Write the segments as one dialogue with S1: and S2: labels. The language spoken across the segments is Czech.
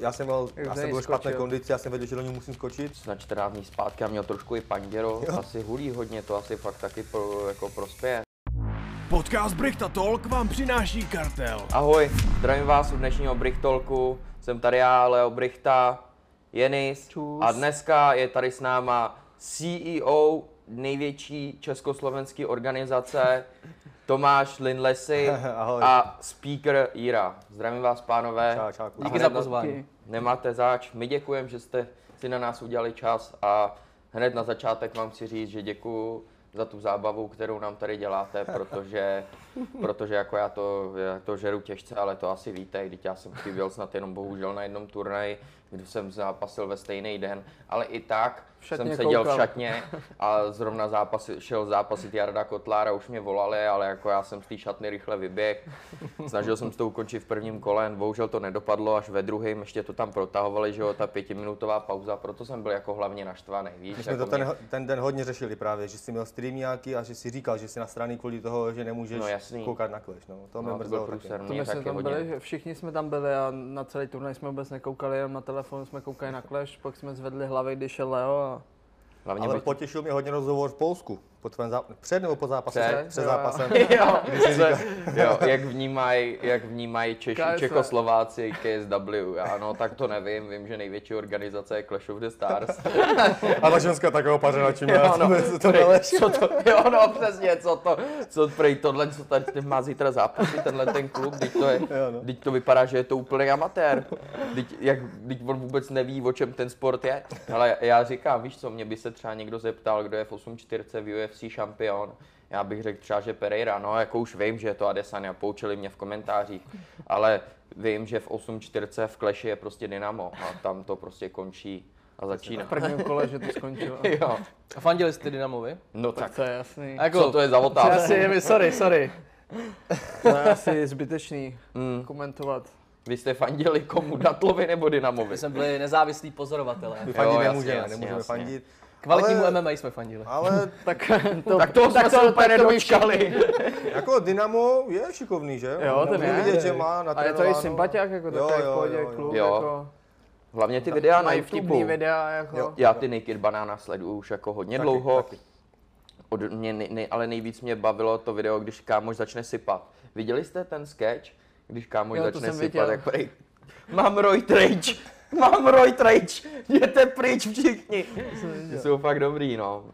S1: Já jsem byl, já
S2: na
S1: jsem
S2: něj
S1: byl v špatné
S2: skočil.
S1: kondici, já jsem věděl, že do ní musím skočit.
S3: na 14 dní zpátky a měl trošku i panděro, asi hulí hodně, to asi fakt taky pro, jako prospěje.
S4: Podcast Brichta Talk vám přináší kartel.
S3: Ahoj, zdravím vás u dnešního Brichtolku, jsem tady já, Leo Brichta, Jenis
S2: Čus.
S3: a dneska je tady s náma CEO největší československé organizace Tomáš Lindlesy
S1: Ahoj.
S3: a speaker Jira. Zdravím vás, pánové.
S1: Čau, čau, kluci.
S3: A
S2: Díky
S3: hned
S2: za
S3: na-
S2: pozvání.
S3: Nemáte zač, my děkujeme, že jste si na nás udělali čas a hned na začátek vám chci říct, že děkuju za tu zábavu, kterou nám tady děláte, protože, protože jako já to, já to žeru těžce, ale to asi víte, když já jsem chyběl snad jenom bohužel na jednom turnaji, kdy jsem zápasil ve stejný den, ale i tak
S2: šatně
S3: jsem seděl v
S2: koukal.
S3: šatně a zrovna zápasy, šel zápasit Jarda Kotlára, už mě volali, ale jako já jsem z té šatny rychle vyběh. Snažil jsem se to ukončit v prvním kole, bohužel to nedopadlo, až ve druhém ještě to tam protahovali, že jo, ta pětiminutová pauza, proto jsem byl jako hlavně naštvaný, víš.
S1: My jsme
S3: jako
S1: to ten,
S3: mě-
S1: ten den hodně řešili právě, že jsi měl stream nějaký a že jsi říkal, že jsi na straně kvůli toho, že nemůžeš
S3: No, jasný.
S1: koukat na Clash. No. To mě
S3: no, to byl
S1: mrzelo taky.
S3: průser,
S2: To
S3: mě
S2: my jsme
S3: taky
S2: tam
S3: hodně.
S2: byli, že všichni jsme tam byli a na celý turnaj jsme vůbec nekoukali, jenom na telefon jsme koukali na Clash, pak jsme zvedli hlavy, když šel Leo a
S3: Hlavně
S1: Ale
S3: ale
S1: potěšil mě hodně rozhovor v Polsku. Po tvém záp- před nebo po zápase? Před,
S3: Před.
S1: před
S2: Jo, jo.
S1: zápasem.
S3: Jo, se, jo, jak vnímají jak vnímaj Češi,
S2: KSW.
S3: Čekoslováci KSW, ano, no, tak to nevím, vím, že největší organizace je Clash of the Stars. no.
S1: A ta ženská takového pařena, čím já
S3: Ano,
S1: to, to
S3: prej,
S1: dole.
S3: co to, jo, no, přesně, co to, co prej, tohle, co tady ty má zítra zápasy, tenhle ten klub, teď to, je,
S1: Jo, no.
S3: teď to vypadá, že je to úplný amatér, teď, jak, teď on vůbec neví, o čem ten sport je, ale já říkám, víš co, mě by se třeba někdo zeptal, kdo je v 8.4 v UFC šampion, já bych řekl třeba, že Pereira, no jako už vím, že je to Adesanya, poučili mě v komentářích, ale vím, že v 8.4 v Clashi je prostě Dynamo a tam to prostě končí a začíná.
S2: v prvním kole, že to skončilo.
S3: Jo,
S5: A fandili jste Dynamovi?
S3: no tak.
S2: To je jasný.
S5: Jako,
S3: Co to je za
S2: To je
S3: otázka?
S2: asi, je mi, sorry, sorry. To je asi zbytečný
S3: Mm.
S2: komentovat.
S3: Vy jste fandili komu? Datlovi nebo Dynamovi?
S5: My jsme byli nezávislí pozorovatelé.
S1: My fandit
S3: jasně,
S1: nemůžeme,
S3: jasně,
S1: nemůžeme
S3: jasně.
S1: fandit.
S5: Kvalitnímu
S1: Ale-
S5: MMA jsme fandili.
S1: Ale
S2: Tak to,
S3: Tak toho jsme se úplně
S2: tak to už-
S3: nedočkali.
S1: jako Dynamo je šikovný, že?
S2: Jo, ten
S1: je.
S2: je.
S1: vidět, že má
S2: A je to i
S1: natrénováno.
S2: sympatiák, jako
S1: Jo,
S2: takový
S1: jo,
S2: v pohodě
S1: jo, jo.
S2: klub,
S3: Jo.
S2: jako
S3: Hlavně ty videa na
S2: mají
S3: YouTube.
S2: vtipný videa, jako.
S1: Jo.
S3: Já ty Naked Banana sleduju už jako hodně
S1: Taky,
S3: dlouho.
S1: taky.
S3: Od mě, nej, nej, ale nejvíc mě bavilo to video, když kámoš začne sypat. Viděli jste ten sketch? Když kámoš
S2: Jo, to
S3: začne
S2: jsem
S3: sypat,
S2: viděl.
S3: tak prej, mám Roy Trage, mám Roy Trage, jděte pryč všichni. Ty jsou fakt dobrý, no.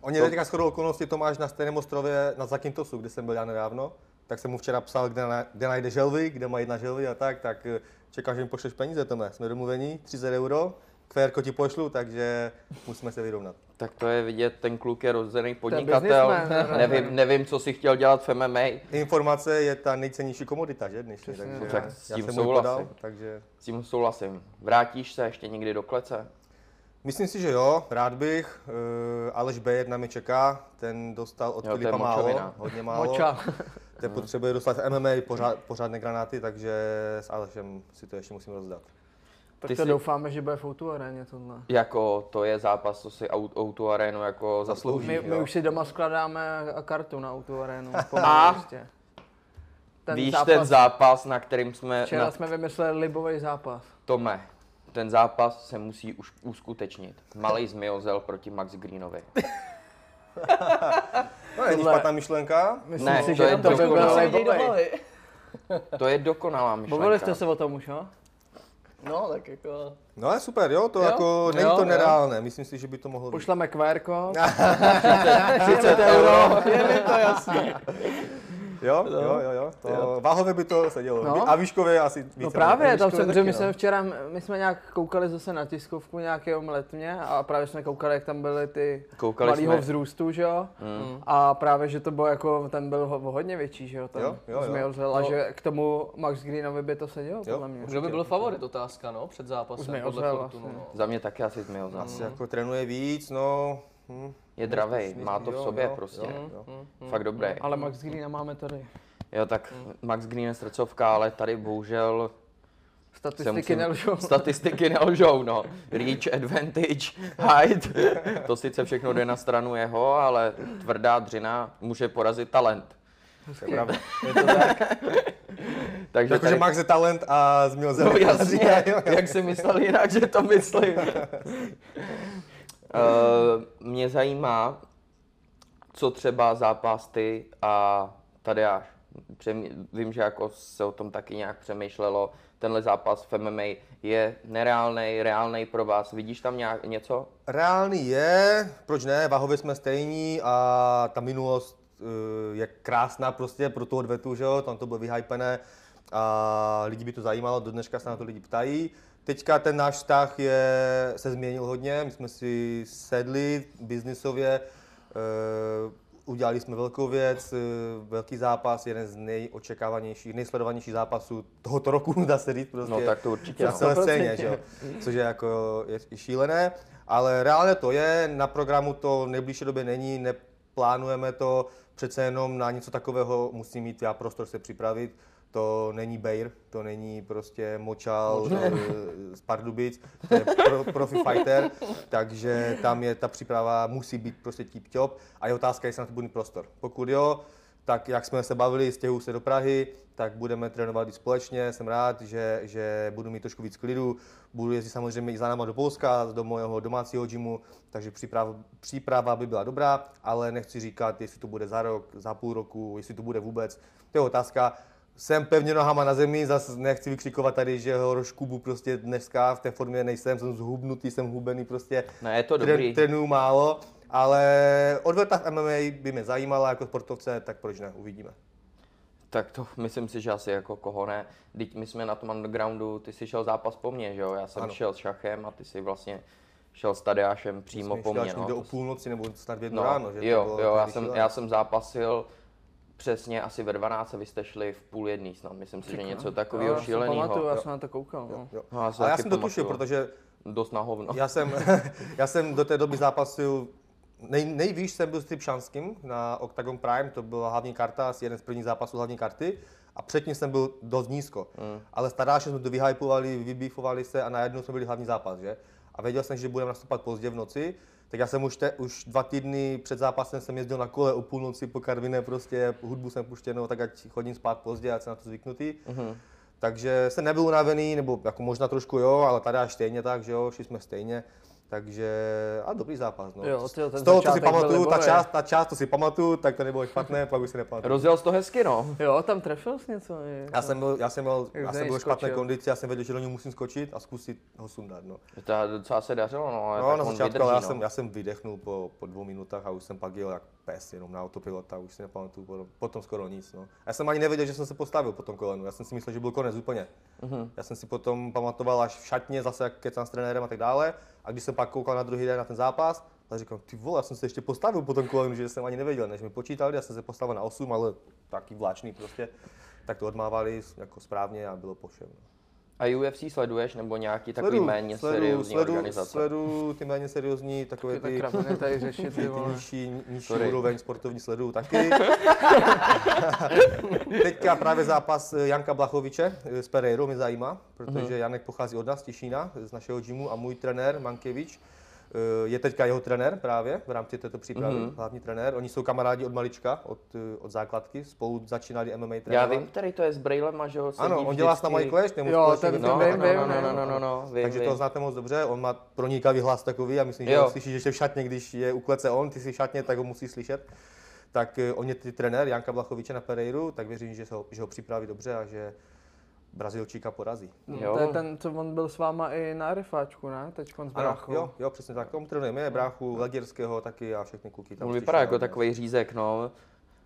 S1: Oni
S3: To-
S1: teďka shodou okolností Tomáš na stejném ostrově na Zakintosu, kde jsem byl já nedávno, tak jsem mu včera psal, kde, na, kde najde želvy, kde mají na želvy a tak, tak eh, čekám, že mi pošleš peníze, Tome. Jsme domluvení, 30 euro, QR ti pošlu, takže musíme se vyrovnat.
S3: Tak to je vidět, ten kluk je rozdělený
S2: je
S3: podnikatel.
S2: businessman.
S3: Nevím, nevím, co si chtěl dělat v MMA.
S1: Informace je ta nejcennější komodita, že dnešní,
S2: Přesně,
S1: takže
S3: no tak s
S1: já
S3: tím
S1: jsem mu ji
S3: souhlasím.
S1: podal, takže...
S3: S tím souhlasím. Vrátíš se ještě někdy do klece?
S1: Myslím si, že jo, rád bych. eh, Aleš B1 mi čeká, ten dostal od
S3: Jo, to je
S1: Filipa málo,
S3: močovina.
S1: hodně málo.
S2: Moča.
S1: Ten potřebuje dostat MMA pořád, pořádné granáty, takže s Alešem si to ještě musím rozdat.
S2: Tak
S3: Ty
S2: to
S3: jsi-
S2: doufáme, že bude v Outu aréně tohle.
S3: Jako to je zápas, co si au- Outu Arenu jako zaslouží.
S2: My, my
S3: jo.
S2: už si doma skládáme kartu na autoarénu.
S3: A?
S2: Prostě.
S3: Víš ten zápas, na kterým jsme,
S2: Včera
S3: na
S2: jsme vymysleli libový zápas.
S3: Tome, ten zápas se musí už uskutečnit. Malej zmiozel proti Max Greenovi.
S1: No, není
S2: Tohle-
S1: špatná myšlenka.
S2: Myslím
S3: Ne,
S2: si,
S3: to
S2: že
S3: je
S2: to by
S3: trošku na-
S2: byl libový.
S5: Dynamo.
S3: To je dokonalá myšlenka.
S2: Bavili jste se o tom už, jo?
S3: Hm.
S5: No, tak jako...
S1: No ale super, jo, to
S5: Jo,
S1: jako není
S5: jo,
S1: to
S5: jo.
S1: nereálné, myslím si, že by to mohlo být.
S2: Pošleme kvérko.
S3: 30 euro.
S5: Je mi to jasný.
S1: Jo, jo, jo, jo, to váhově by to sedělo.
S2: No.
S1: A výškově asi více.
S2: No právě, tam
S5: Víš, to
S2: jsem, že
S5: je taky,
S2: my
S5: no.
S2: jsme včera, my jsme nějak koukali zase na tiskovku nějakého letně a právě jsme koukali, jak tam byly ty
S3: Koukali
S2: malýho
S3: jsme. Hm.
S2: vzrůstu, že jo? Hm. A právě, že to bylo jako, ten byl ho, hodně větší, že jo? Ten
S1: Jo, jo, jo.
S2: Zmiozel a
S5: No.
S2: že k tomu Max Greenovi by to sedělo, podle mě.
S5: Kdo by byl favorit, otázka, no, před
S2: Už
S5: zápasem,
S2: mi
S5: podle
S2: ozval
S5: Fortunu,
S2: vlastně.
S5: no.
S3: Za mě taky asi zmiozel.
S1: Asi jako trénuje víc, no. Hm.
S3: Je dravej, má to v
S1: Jo,
S3: sobě
S1: jo,
S3: prostě.
S1: jo,
S5: no.
S1: jo.
S5: Mhm,
S1: Mm.
S3: Fakt dobrý.
S2: Ale Max Greena máme tady.
S3: Jo, tak Max Green je srdcovka, ale tady bohužel
S2: Statistiky
S3: musím-
S2: nelžou.
S3: Statistiky nelžou, no. Reach, advantage, height. To sice všechno jde na stranu jeho, ale tvrdá dřina může porazit talent.
S1: To je pravda.
S2: Je to tak?
S3: Takže
S1: Jakože
S3: tady-
S1: Max je talent a změl
S3: No
S1: zemi.
S3: jasně, jak si myslel jinak, že to myslím. Uh, mě zajímá, co třeba zápas ty a tady až. Přemý- Vím, že jako se o tom taky nějak přemýšlelo. Tenhle zápas v MMA je nereálný, reálný pro vás. Vidíš tam nějak něco?
S1: Reálný je, proč ne, váhově jsme stejní a ta minulost eh, je krásná prostě pro tu odvetu, že jo, tam to bylo vyhypené a lidi by to zajímalo, do dneška se na to lidi ptají. Teďka ten náš vztah je, se změnil hodně, my jsme si sedli biznisově, eh, udělali jsme velkou věc, eh, velký zápas, jeden z nejočekávanějších, nejsledovanějších zápasů tohoto roku, dá se říct prostě.
S3: No tak to určitě.
S1: Na
S3: No.
S1: celé
S2: 100%.
S1: scéně, že jo? což je jako je i šílené, ale reálně to je, na programu to v nejbližší době není, neplánujeme to, přece jenom na něco takového musím mít já prostor se připravit, to není Bejr, to není prostě močal eh, z Pardubic, to je pro, profi fighter, takže tam je ta příprava, musí být prostě tip-top a je otázka, jestli na to bude mít prostor. Pokud jo, tak jak jsme se bavili, stěhu se do Prahy, tak budeme trénovat i společně. Jsem rád, že, že budu mít trošku víc klidu. Budu jezdit samozřejmě i za náma do Polska, do mého domácího gymu, takže příprava, příprava by byla dobrá, ale nechci říkat, jestli to bude za rok, za půl roku, jestli to bude vůbec. To je otázka. Jsem pevně nohama na zemi, zase nechci vykřikovat tady, že ho roškubu prostě dneska v té formě nejsem, jsem zhubnutý, jsem hubený prostě.
S3: Ne, No, je to
S1: Tré-
S3: dobrý.
S1: Trénuju málo, ale odveta v MMA by mě zajímala jako sportovce, tak proč ne, uvidíme.
S3: Tak to myslím si, že asi jako koho ne. Teď my jsme na tom undergroundu, ty jsi šel zápas po mně, že jo? Já jsem
S1: Ano.
S3: šel s šachem a ty jsi vlastně šel s Tadeášem přímo
S1: Jsme
S3: po
S1: šli
S3: mně.
S1: až
S3: No.
S1: někde o
S3: To-
S1: půlnoci nebo snad v jednu
S3: No,
S1: ráno, že? To
S3: jo,
S1: bylo
S3: jo, já
S1: tehdy
S3: jsem,
S1: šílené.
S3: já jsem zápasil přesně asi ve 12 a vy jste šli v půl jedný snad, myslím si, že něco takového
S2: já si Pamatuju, já
S3: šíleného.
S2: jsem na to koukal. No.
S1: Jo.
S3: No, já se
S1: Ale já
S3: taky
S1: jsem to tušil,
S3: pamatuju.
S1: protože
S3: Dost na hovno.
S1: já jsem, já jsem do té doby zápasil, nej, nejvýš jsem byl s Tripšanským na Octagon Prime, to byla hlavní karta, asi jeden z prvních zápasů hlavní karty. A předtím jsem byl dost nízko. Ale s Tadášem jsme to vyhypovali, vybífovali se a najednou jsme byli hlavní zápas, že? A věděl jsem, že budeme nastupat pozdě v noci, tak já jsem už, te, už dva týdny před zápasem jsem jezdil na kole o půlnoci po Karviné, prostě hudbu jsem puštěnou, tak ať chodím spát pozdě, ať jsem na to zvyknutý. Takže jsem nebyl unavený, nebo jako možná trošku jo, ale tady až stejně tak, že jo, šli jsme stejně. Takže a dobrý zápas. No.
S2: Jo, tyjo, ten
S1: Z toho, co si
S2: začátek byl
S1: pamatuju, ta
S2: libový.
S1: část, ta část, to si pamatuju, tak to nebylo špatné, pak už si nepamatuju.
S3: Rozjel jsi to hezky, no.
S2: Jo, tam trefil jsi něco? je-
S1: Já jsem byl, já jsem byl,
S2: Jak
S1: já
S2: z
S1: jsem
S2: něj
S1: byl v špatné
S2: skočil.
S1: kondici, já jsem věděl, že do něj musím skočit a zkusit ho sundat. No,
S3: To docela se dařilo, no. ale
S1: no
S3: tak
S1: na
S3: on
S1: začátku,
S3: vydrží,
S1: ale já
S3: no.
S1: jsem, já jsem vydechnul po, po dvou minutách a už jsem pak jel jak pes, jenom na autopilota, už si nepamatuju potom, potom skoro nic. No. Já jsem ani nevěděl, že jsem se postavil po tom kolenu, já jsem si myslel, že byl konec úplně.
S3: Mhm.
S1: Já jsem si potom pamatoval až v šatně, zase jak kecám s trenérem a tak dále. A když jsem pak koukal na druhý den na ten zápas, tak říkám, ty vole, já jsem se ještě postavil po tom kolenu, že jsem ani nevěděl, než mi počítali, já jsem se postavil na 8, ale taky vláčný prostě. Tak to odmávali jako správně a bylo pošem. No.
S3: A UFC sleduješ nebo nějaký takový méně seriózní organizace?
S1: sledu ty méně seriózní, takové
S2: Ty tak
S1: ty,
S2: kraviny tady řešit, ty
S1: ty, ty
S2: vole.
S1: nižší, nižší
S3: Sorry.
S1: úroveň sportovní sledu taky. Teďka právě zápas eh, Janka Blachoviče eh, s Pereirou mě zajímá,
S2: Mhm.
S1: protože Janek pochází od nás, z Těšína, z našeho gymu a můj trenér Mankevič eh, je teďka jeho trenér právě v rámci této přípravy,
S2: Mhm.
S1: hlavní trenér. Oni jsou kamarádi od malička, od, eh, od základky, spolu začínali MMA trénovat.
S3: Já vím, který to je s Brailem a že ho sedí
S1: Ano, on dělá s náma i
S3: vždycky-
S1: clash, nebo
S2: Jo,
S1: společně
S2: ten-
S1: ve
S3: No,
S1: firmě,
S3: no,
S2: vím,
S1: tak
S2: vím,
S3: no, no,
S2: vím.
S3: no, no, no, no, vím,
S1: takže
S3: vím.
S1: to znáte moc dobře, on má pronikavý hlas takový a myslím, že
S3: Jo.
S1: ho slyší, že ještě v šatně, když je u klece on, ty si v šatně, tak ho musí slyšet. Tak eh, on je ty trenér Janka Blachoviče na Pereiru, tak věřím, že, se ho, že ho připraví dobře a že Brazilčíka porazí.
S3: Jo.
S2: No, To je ten, co on byl s váma i na rifáčku, ne? Teď s bráchou. No,
S1: jo, jo, přesně tak. On trénujeme bráchu Legierského taky a všechny kluky tam.
S3: No. On
S1: z
S3: vypadá
S1: Těšína,
S3: jako
S1: no.
S3: takový řízek, no.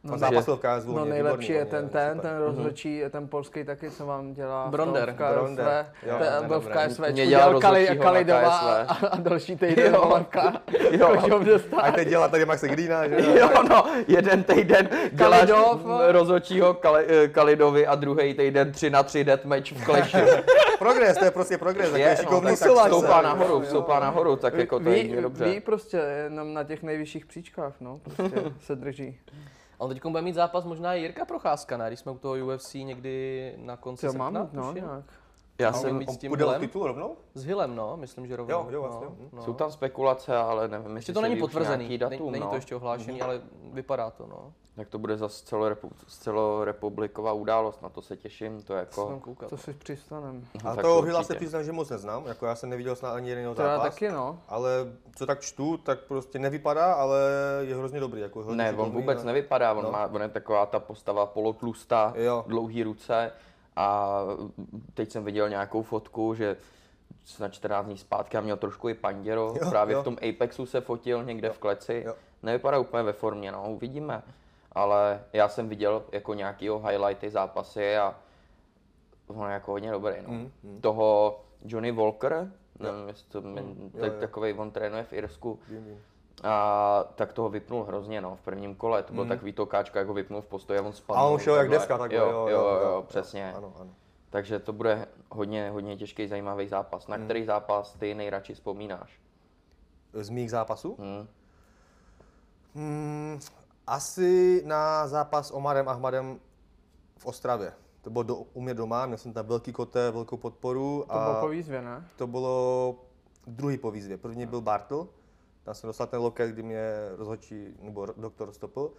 S1: On
S2: no,
S1: zápasil v KSV,
S2: No
S1: on je
S2: nejlepší
S1: výborný,
S2: je
S1: on
S2: ten
S1: on
S2: ten,
S1: super. Mhm.
S2: ten rozhodčí, je ten polský taky, co vám dělá. v
S5: Bronder.
S2: tom KSV.
S1: Bronder, jo,
S2: Ten
S1: ten
S2: byl v
S1: Bronder.
S2: KSV,
S3: Mě dělal
S2: dělal Kali,
S3: rozhodčího na
S2: Kalidová
S3: KSV.
S2: a, a další týden Jako,
S3: Jo.
S2: jo.
S3: Jo.
S2: Kožov dostal.
S1: A teď dělá tady Maxe Greena, že jo?
S3: Jo, no, jeden týden děláš
S2: Kalidov.
S3: no. rozhodčího Kali, eh, Kalidovi a druhý týden 3 na 3 deathmatch v kleši.
S1: Progres, to je prostě progres, takový
S3: Je, no,
S1: šikovný
S3: tak, tak
S1: soulač,
S3: stoupá
S1: jo.
S3: nahoru, stoupá nahoru, tak jako to je
S2: ví,
S3: jedině
S2: ví
S3: dobře.
S2: prostě jenom na těch nejvyšších příčkách, no, prostě se drží.
S5: On teď bude mít zápas možná i Jirka Procházka, ne? Když jsme u toho UFC někdy na konci
S2: Co
S5: srpna,
S2: mám, no,
S5: tuším.
S2: nějak.
S3: Já
S5: A
S3: jsem,
S5: on-
S1: On
S5: s tím
S1: půjde o
S5: Hillem?
S1: titul rovnou?
S5: S Hillem, no, myslím, že rovnou.
S1: Jo, jo, vlastně,
S5: no,
S1: mhm.
S5: no.
S3: jsou tam spekulace, ale nevím,
S5: Ještě
S3: jestli
S5: to není
S3: se ví už
S5: potvrzený,
S3: nějaký
S5: datum, Mhm.
S3: datum,
S5: není, není
S3: no.
S5: to ještě ohlášený, ale vypadá to, no.
S3: Tak to bude zase celorepu, celorepubliková událost, na to se těším, to je
S5: Co tam
S3: jako...
S5: koukat.
S2: To si přistanem.
S1: A
S3: No tak
S1: toho Hila se
S3: určitě.
S1: přiznám, že moc neznám, jako já jsem neviděl snad ani jeden jeho
S2: To já
S1: zápas.
S2: taky no.
S1: Ale co tak čtu, tak prostě nevypadá, ale je hrozně dobrý. Jako hodně
S3: Ne, on
S1: šikovný,
S3: vůbec
S1: ale-
S3: nevypadá, on,
S1: No.
S3: má, on je taková ta postava polotlustá,
S1: Jo.
S3: dlouhý ruce a teď jsem viděl nějakou fotku, že na 14 dní zpátky a měl trošku i panděro,
S1: Jo,
S3: právě
S1: jo.
S3: v tom Apexu se fotil někde v kleci,
S1: jo.
S3: nevypadá úplně ve formě, no, uvidíme. Ale já jsem viděl jako nějakýho highlighty zápasy a on je jako hodně dobrý, no.
S1: Mm,
S3: Toho Johnny Walker, nevím, jestli to,
S1: jo,
S3: tak,
S1: jo.
S3: takovej, on trénuje v Irsku,
S1: Vím, vím.
S3: a tak toho vypnul hrozně, no, v prvním kole. To byl takový to káčka, jako vypnul v postoji a on spadl.
S1: Mm. A on šel jak
S3: takhle.
S1: deska, tak
S3: jo, jo, jo, jo, přesně.
S1: Ano, ano.
S3: Takže to bude hodně, hodně těžký, zajímavý zápas.
S1: Mm.
S3: Na který zápas ty nejradši vzpomínáš?
S1: Z mých zápasů?
S3: Hm?
S1: Hmm, asi na zápas s Omarem Ahmadem v Ostravě. To bylo do, u mě doma, měl jsem tam velký kote, velkou podporu.
S2: To bylo po výzvě, ne?
S1: To bylo druhý po výzvě. První byl Bartl, tam jsem dostal ten loket, kdy mě rozhodčí nebo doktor stopl.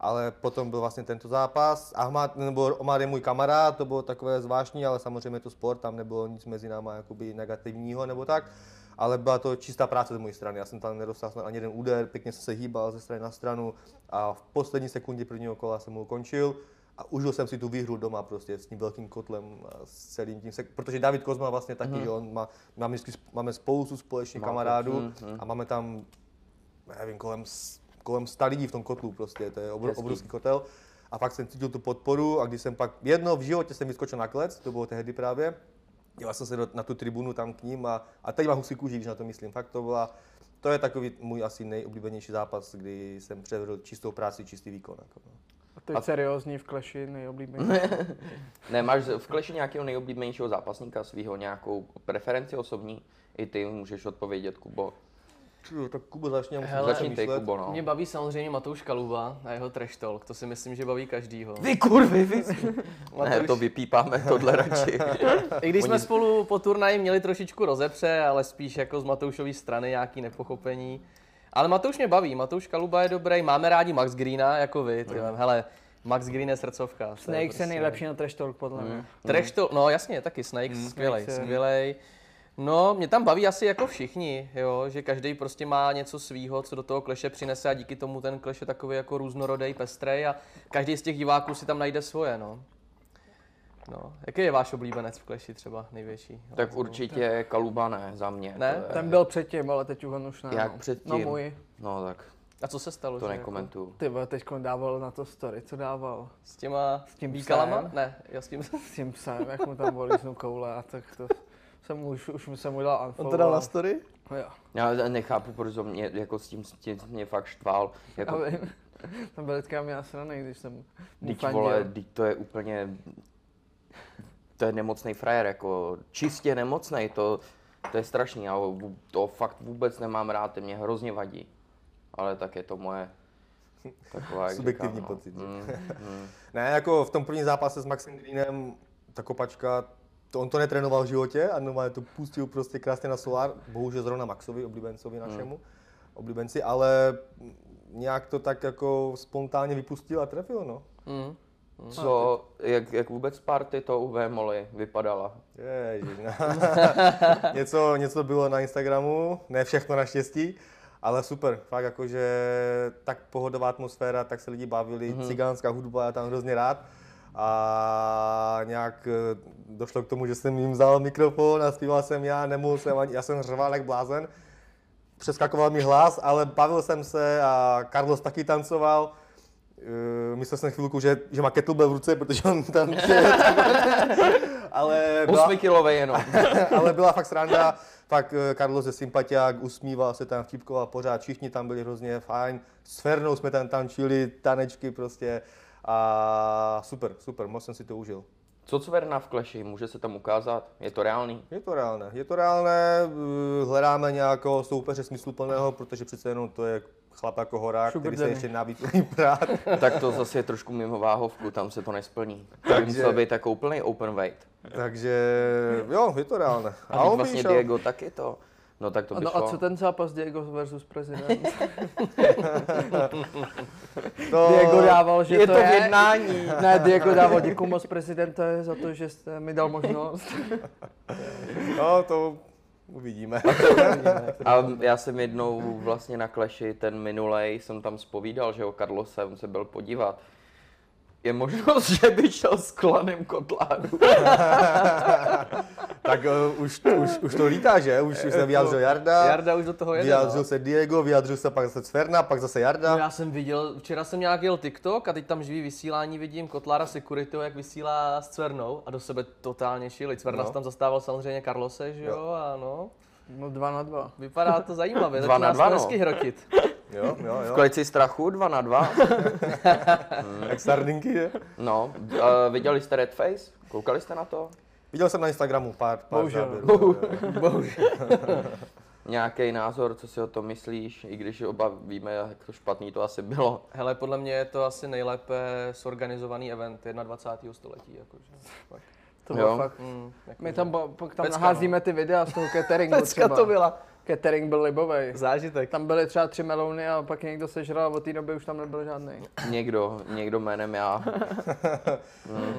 S1: Ale potom byl vlastně tento zápas. Ahmad, nebo Omar je můj kamarád, to bylo takové zvláštní, ale samozřejmě je to sport, tam nebylo nic mezi náma jakoby negativního nebo tak. Ale byla to čistá práce z mojí strany. Já jsem tam nedostal snad ani jeden úder, pěkně jsem se hýbal ze strany na stranu a v poslední sekundě prvního kola jsem mu ukončil a užil jsem si tu výhru doma prostě s tím velkým kotlem a s celým tím, se, protože David Kozma vlastně taky, že on má, máme, sp- máme spoustu společných kamarádů a máme tam, nevím, kolem, s- kolem 100 lidí v tom kotlu prostě, to je obr,
S3: Hezký.
S1: obrovský kotel. A fakt jsem cítil tu podporu a když jsem pak, jedno v životě jsem vyskočil na klec, to bylo tehdy právě, dělal jsem se do, na tu tribunu tam k ním a, a teď mám husí kůži, když na to myslím, fakt to byla, to je takový můj asi nejoblíbenější zápas, kdy jsem převedl čistou práci, čistý výkon. Jako, no.
S2: A ty seriózní v kleši nejoblíbenější.
S3: Ne, máš v kleši nějakého nejoblíbenějšího zápasníka svého nějakou preferenci osobní? I ty můžeš odpovědět, Kubo.
S1: Ču, tak Kubo začně musím
S5: Hele,
S1: začít
S3: Začni ty,
S1: myslet.
S3: Kubo, no.
S5: Mě baví samozřejmě Matouš Kaluba a jeho trash talk, to si myslím, že baví každýho.
S3: Vy kurvy, vy... Ne,
S5: Matouš-
S3: to vypípáme tohle radši.
S5: I když jsme spolu po turnaji měli trošičku rozepře, ale spíš jako z Matoušové strany nějaký nepochopení. Ale Matouš mě baví, Matouš Kaluba je dobrý, máme rádi Max Greena jako vy, ty vole. hele, Max Green je srdcovka. to je
S2: Snakes je
S5: prostě-
S2: nejlepší na trash talk, podle mě.
S5: Trash to, no jasně, taky Snakes, skvělej,
S2: Snakes je-
S5: skvělej. No, mě tam baví asi jako všichni, jo, že každý prostě má něco svýho, co do toho kleše přinese a díky tomu ten kleš je takový jako různorodý, pestrej a každý z těch diváků si tam najde svoje, no. No, jaký je váš oblíbenec v kleši třeba největší?
S3: tak určitě Kaluba ne, za mě.
S5: Ne?
S3: to je-
S2: Ten byl předtím, ale teď už už ne.
S3: Jak
S2: no.
S3: předtím?
S2: No můj.
S3: No tak,
S5: A co se stalo?
S3: to
S5: že
S3: nekomentuju.
S2: Ty vole, teďkon dával na to story, co dával
S5: Jako, s těma s
S2: tím
S5: tím bíkalama?
S2: psem?
S5: Ne, já s tím.
S2: s tím psem, jak mu tam volíznu koule a tak to jsem už, už jsem mu dal unfollow. a-
S5: story?
S2: Jo,
S3: Já nechápu, proč to mě jako s tím, s tím mě fakt štval. Jako,
S2: ale tam byl teďka mě sraný, když jsem mu
S3: Teď vole,
S2: fandil.
S3: teď to je úplně... To je nemocný frajer, jako čistě nemocný, to, to je strašný, já vů- to fakt vůbec nemám rád, to mě hrozně vadí. Ale tak je to moje taková, jak
S1: Subjektivní
S3: říkám, no.
S1: pocit, že?
S3: Mm, mm.
S1: Ne, jako v tom prvním zápase s Maxem Greenem, ta kopačka, to on to netrénoval v životě a normálně to pustil prostě krásně na solár, bohužel zrovna Maxovi, oblíbencovi
S3: Mm.
S1: našemu, oblíbenci, ale nějak to tak jako spontánně vypustil a trefil, no.
S5: Mm.
S3: Co, jak, jak vůbec party to u Vémoli vypadala?
S1: Ježiš, no. něco, něco bylo na Instagramu, ne všechno naštěstí, ale super, fakt jakože tak pohodová atmosféra, tak se lidi bavili, mm-hmm. cigánská hudba, já tam hrozně rád. A nějak eh, došlo k tomu, že jsem jim vzal mikrofon a zpíval jsem já, nemohl jsem ani, já jsem řval jak blázen. Přeskakoval mi hlas, ale bavil jsem se a Carlos taky tancoval. Eh, Myslel jsem chvilku, že, že má kettlebell v ruce, protože on tam ale byla,
S3: Osmikilový jenom.
S1: ale byla fakt sranda. Pak eh, Carlos je sympatiák, usmíval se tam, vtipkoval pořád, všichni tam byli hrozně fajn. S Fernou jsme tam tančili, tanečky prostě. A super, super, moc jsem si to užil.
S3: Co Cverna v Kleši, může se tam ukázat? Je to reálný?
S1: Je to reálné, je to reálné, eh, hledáme nějakého soupeře smysluplného, protože přece jenom to je chlap jako horák,
S2: Sugar
S1: který se
S2: daddy.
S1: ještě navíc umí prát.
S3: tak to zase je trošku mimo váhovku, tam se to nesplní. Takže... By musel být jako úplný open weight.
S1: Takže jo, je to reálné.
S3: A, a
S1: on
S3: vlastně
S1: vyšel.
S3: Diego taky to. No tak to by
S2: No
S3: šlo.
S2: a co ten zápas Diego versus prezident?
S1: to,
S2: Diego dával, že
S3: je
S2: to,
S3: to v
S2: je...
S3: jednání.
S2: Ne, Diego dával, děkuji moc prezidente za to, že jste mi dal možnost.
S1: no, to uvidíme.
S3: A já jsem jednou vlastně na Kleši, ten minulej, jsem tam spovídal, že o Carlose, on se byl podívat. Je možnost, že by šel s klanem kotláru.
S1: tak uh, už, už, už, to lítá, že? Už, už se vyjádřil Jarda,
S5: Jarda už do toho jede.
S1: vyjádřil
S5: no.
S1: se Diego, vyjádřil se pak zase Cverna, pak zase
S5: No,
S1: Jarda.
S5: já jsem viděl, včera jsem nějak jel TikTok a teď tam živý vysílání vidím Kotlára Security, jak vysílá s Cvernou a do sebe totálně šili. Cverna
S1: No.
S5: no. tam zastával samozřejmě Karlose, že jo,
S1: Jo.
S5: a no.
S2: No dva na dva.
S5: Vypadá to zajímavě,
S3: Dva na
S5: začíná se
S3: dva,
S5: to
S3: no.
S5: hezky hrotit.
S1: Jo, jo,
S3: V
S1: jo.
S3: Kleci strachu, 2 na 2.
S1: Jak sardinky je.
S3: No, a viděli jste Red Face? Koukali jste na to?
S1: Viděl jsem na Instagramu pár, pár
S2: Bohužel.
S1: záběrů. jo, jo.
S3: Nějaký názor, co si o tom myslíš, i když oba víme, jak to špatný to asi bylo.
S5: Hele, podle mě je to asi nejlépe sorganizovaný event 21. století, jakože. Fakt.
S2: To bylo
S3: Jo.
S2: fakt.
S5: Mm, jako
S2: My tam, bo- pak tam
S5: Pecka, no.
S2: naházíme ty videa z toho cateringu
S5: Pecka
S2: třeba.
S5: to byla.
S2: Catering byl libovej.
S5: Zážitek.
S2: Tam byly třeba tři melouny a pak je někdo sežral a od té doby už tam nebyl žádný.
S3: Někdo, někdo jménem já.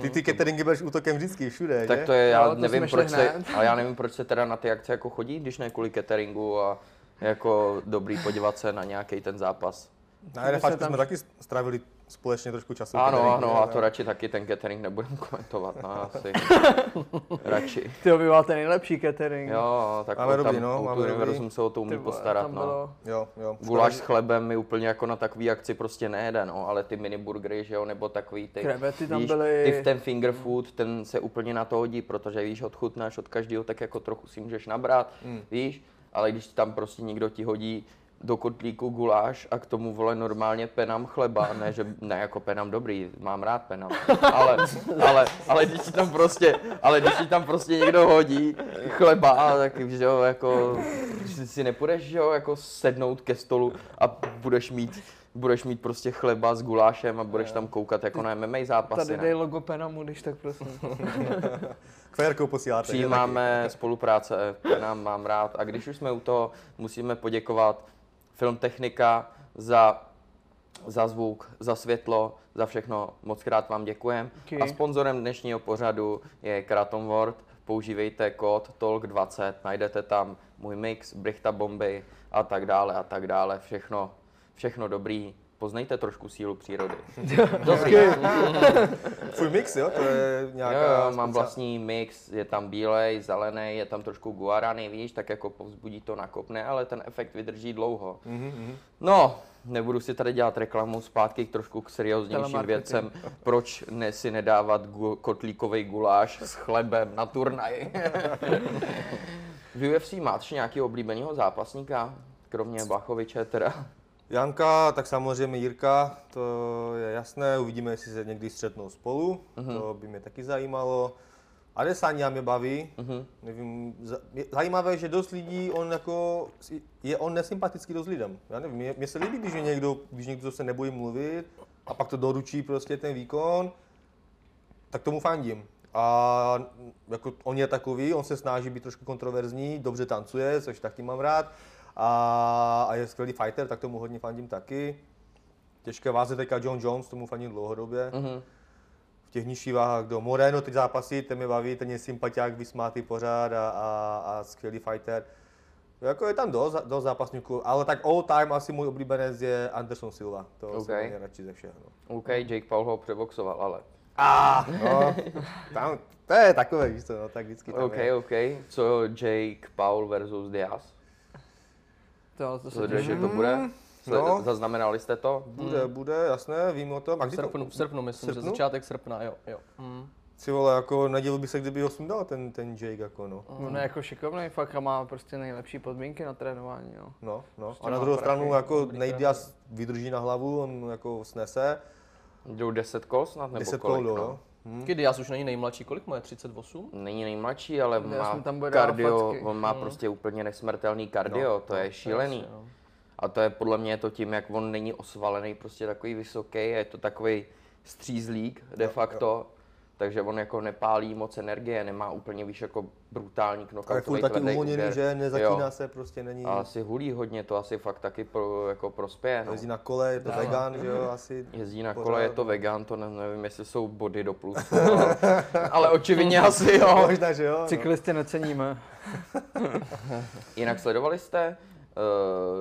S1: Ty, ty cateringy budeš útokem vždycky, všude,
S3: Tak
S1: že?
S3: to je, já
S2: Jo, to
S3: nevím,
S2: jsme šli
S3: proč se,
S2: hned.
S3: ale já nevím, proč se teda na ty akce jako chodí, když ne kvůli cateringu a jako dobrý podívat se na nějaký ten zápas.
S1: Na RFAčku
S2: se tam-
S1: jsme taky strávili společně trošku času.
S3: Ano,
S1: cateringu,
S3: ano, a
S1: jo.
S3: to radši taky ten catering nebudem komentovat, no asi. radši.
S2: Ty vy máte nejlepší catering.
S3: Jo, tak
S1: Máme
S3: tam
S1: dobrý, no, máme dobrý.
S3: Univerzum se o to
S2: Ty
S3: umí
S2: vole,
S3: postarat,
S2: tam
S3: no.
S2: bylo-
S1: Jo, jo.
S3: Guláš s chlebem mi úplně jako na takový akci prostě nejede, no, ale ty miniburgery, že jo, nebo takový ty,
S2: Krevety tam
S3: víš,
S2: byly.
S3: ty v ten finger food, ten se úplně na to hodí, protože víš, odchutnáš od každého, tak jako trochu si můžeš nabrat,
S2: Hmm.
S3: víš, ale když tam prostě někdo ti hodí do kotlíku guláš a k tomu vole normálně penám chleba, ne, že, ne jako penám dobrý, mám rád penám, ale, ale, ale když ti tam prostě, ale když ti tam prostě někdo hodí chleba, tak že jo, jako si- si nepůjdeš, že jo, jako sednout ke stolu a budeš mít, budeš mít prostě chleba s gulášem a budeš tam koukat jako na MMA zápasy.
S2: Tady dej
S3: ne?
S2: logo Penamu, když tak prosím.
S1: Kvérkou posíláte. že?
S3: Přijímáme spolupráce, eh, nám mám rád. A když už jsme u toho, musíme poděkovat Film Technika za, za zvuk, za světlo, za všechno. Moc krát vám děkujem.
S2: Díky.
S3: A sponzorem dnešního pořadu je Kratom World. Používejte kód TOLK20, najdete tam můj mix, Brichta Bomby a tak dále a tak dále. Všechno, všechno dobrý. Poznejte trošku sílu přírody. Dobrý.
S1: Tvůj mix, jo? To je nějaká...
S3: Jo, jo, mám
S1: speciál-
S3: vlastní mix, je tam bílej, zelený, je tam trošku guarany, víš, tak jako povzbudí to nakopne, ale ten efekt vydrží dlouho.
S1: Mhm,
S3: No, nebudu si tady dělat reklamu zpátky k trošku k serióznějším
S2: Telemarketing.
S3: věcem. Proč ne si nedávat gu- kotlíkový guláš s chlebem na turnaji? v UFC máš nějaký oblíbeného zápasníka? Kromě Bachoviče teda.
S1: Janka, tak samozřejmě Jirka, to je jasné, uvidíme, jestli se někdy střetnou spolu, to by mě taky zajímalo. Adesanya mě baví, nevím, za- je zajímavé, že dost lidí, on jako, si- je on nesympatický dost lidem, já nevím, mně- mně se líbí, když je někdo, když někdo se nebojí mluvit a pak to doručí prostě ten výkon, tak tomu fandím. A jako on je takový, on se snaží být trošku kontroverzní, dobře tancuje, což taky mám rád. A, a je skvělý fighter, tak tomu hodně fandím taky. Těžké váze teďka John Jones, tomu fandím dlouhodobě. Mm-hmm. V těch nižších váhách do Moreno teď zápasí, ten mě baví, ten je sympatiák, vysmátý pořád a, a, a skvělý fighter. Jako je tam dost, dost zápasníků, ale tak all time asi můj oblíbenec je Anderson Silva. To okay.
S3: OK.
S1: jsem nejradši ze všeho. No.
S3: OK, Jake Paul ho přeboxoval, ale.
S1: No, tam, to je takové, víš co, no, tak vždycky tam
S3: OK,
S1: je.
S3: OK. Co Jake Paul versus Diaz?
S2: To, to se
S3: Sleduješ,
S2: těším.
S3: jak to bude?
S1: No.
S3: No. Zaznamenali jste to?
S1: Bude, bude, jasné, vím o tom. A
S5: V
S1: kdy to,
S5: srpnu, v srpnu myslím, že
S1: srpnu?
S5: začátek srpna, jo, jo. Mm.
S1: si vole, jako nedělil bych se, kdyby ho sundal ten, ten Jake, jako no.
S2: On je jako šikovný fakt a má prostě nejlepší podmínky na trénování, jo.
S1: No, no. A na druhou stranu, jako Nejdias vydrží na hlavu, on jako snese,
S3: Jdou 10 kol snad nebo
S1: 10
S3: kolik,
S1: kol,
S3: no?
S1: no.
S5: Hmm. Diaz už není nejmladší, kolik mu je? 38?
S3: Není nejmladší, ale
S2: Já
S3: má
S2: jsem tam bude
S3: kardio,
S2: dál Mhm. facky.
S3: on má prostě úplně nesmrtelný kardio,
S1: No,
S3: to je šílený. A to je podle mě to tím, jak on není osvalený, prostě takový vysoký, je to takový střízlík de facto. Takže on jako nepálí moc energie, nemá úplně víš jako
S1: A
S3: brutální
S1: je furt
S3: knockoutový
S1: taky
S3: tvrdý
S1: uvolněný,
S3: úder.
S1: že nezatíná
S3: Jo.
S1: se, prostě není.
S3: A asi hulí hodně, to asi fakt taky pro, jako prospěje. No.
S1: Jezdí na kole, je to vegan, že jo, asi.
S3: Jezdí na
S1: pořád.
S3: kole, je to vegan, to ne- nevím, jestli jsou body do plusu, ale, ale očividně asi jo.
S1: Možná, že jo. no.
S2: Cyklisty neceníme.
S3: Jinak sledovali jste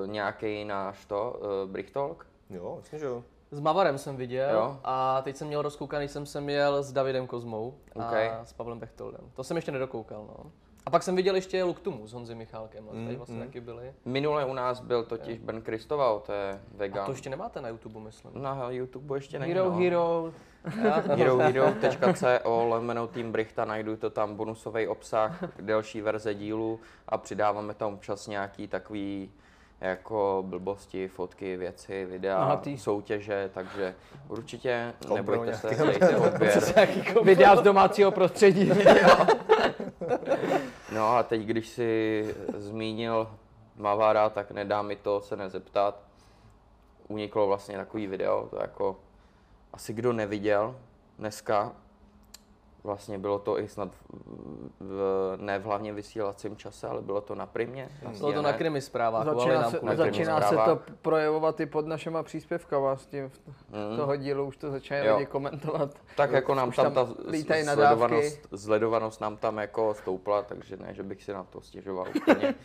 S3: uh, nějaký náš to, uh, Brichtolk?
S1: Jo, vlastně, že jo.
S5: S Mavarem jsem viděl
S3: Jo.
S5: a teď jsem měl rozkoukaný, jsem jsem jel s Davidem Kozmou
S3: Okej.
S5: a s Pavlem Bechtolem. To jsem ještě nedokoukal, no. A pak jsem viděl ještě Luktumu s Honzi Michálkem, no, tady vlastně taky byli.
S3: Minule u nás byl totiž Ben Kristoval, to je
S5: A
S3: vegan.
S5: to ještě nemáte na YouTube, myslím.
S3: Na YouTube ještě není.
S2: Hero,
S3: no.
S2: hero.
S3: Hero, hero.co lomeno Team Brichta, najdu to tam bonusový obsah, delší verze dílu a přidáváme tam občas nějaký takový jako blbosti, fotky, věci, videa,
S2: Nahatý.
S3: soutěže, takže určitě
S1: Kompro
S3: nebojte se,
S1: nějaký.
S3: dejte odběr.
S2: Videa z domácího prostředí.
S3: No a teď, když si zmínil Mavara, tak nedá mi to se nezeptat. Uniklo vlastně takový video, to jako asi kdo neviděl dneska, vlastně bylo to i snad v, v, ne v hlavně vysílacím čase, ale bylo to na primě. na
S5: Bylo to
S3: CNN.
S5: na krimi zprávách, volali
S2: Začíná
S5: nám
S2: se,
S5: kvůli krimi
S2: začíná se
S3: zprávách.
S2: to projevovat i pod našima příspěvkama s tím v- toho dílu, už to začínají
S3: Mm. Jo.
S2: lidi komentovat.
S3: Tak jako nám
S2: Už
S3: tam,
S2: tam
S3: ta s-
S2: lítají nadávky.
S3: sledovanost, sledovanost nám tam jako stoupla, takže ne, že bych si na to stěžoval úplně.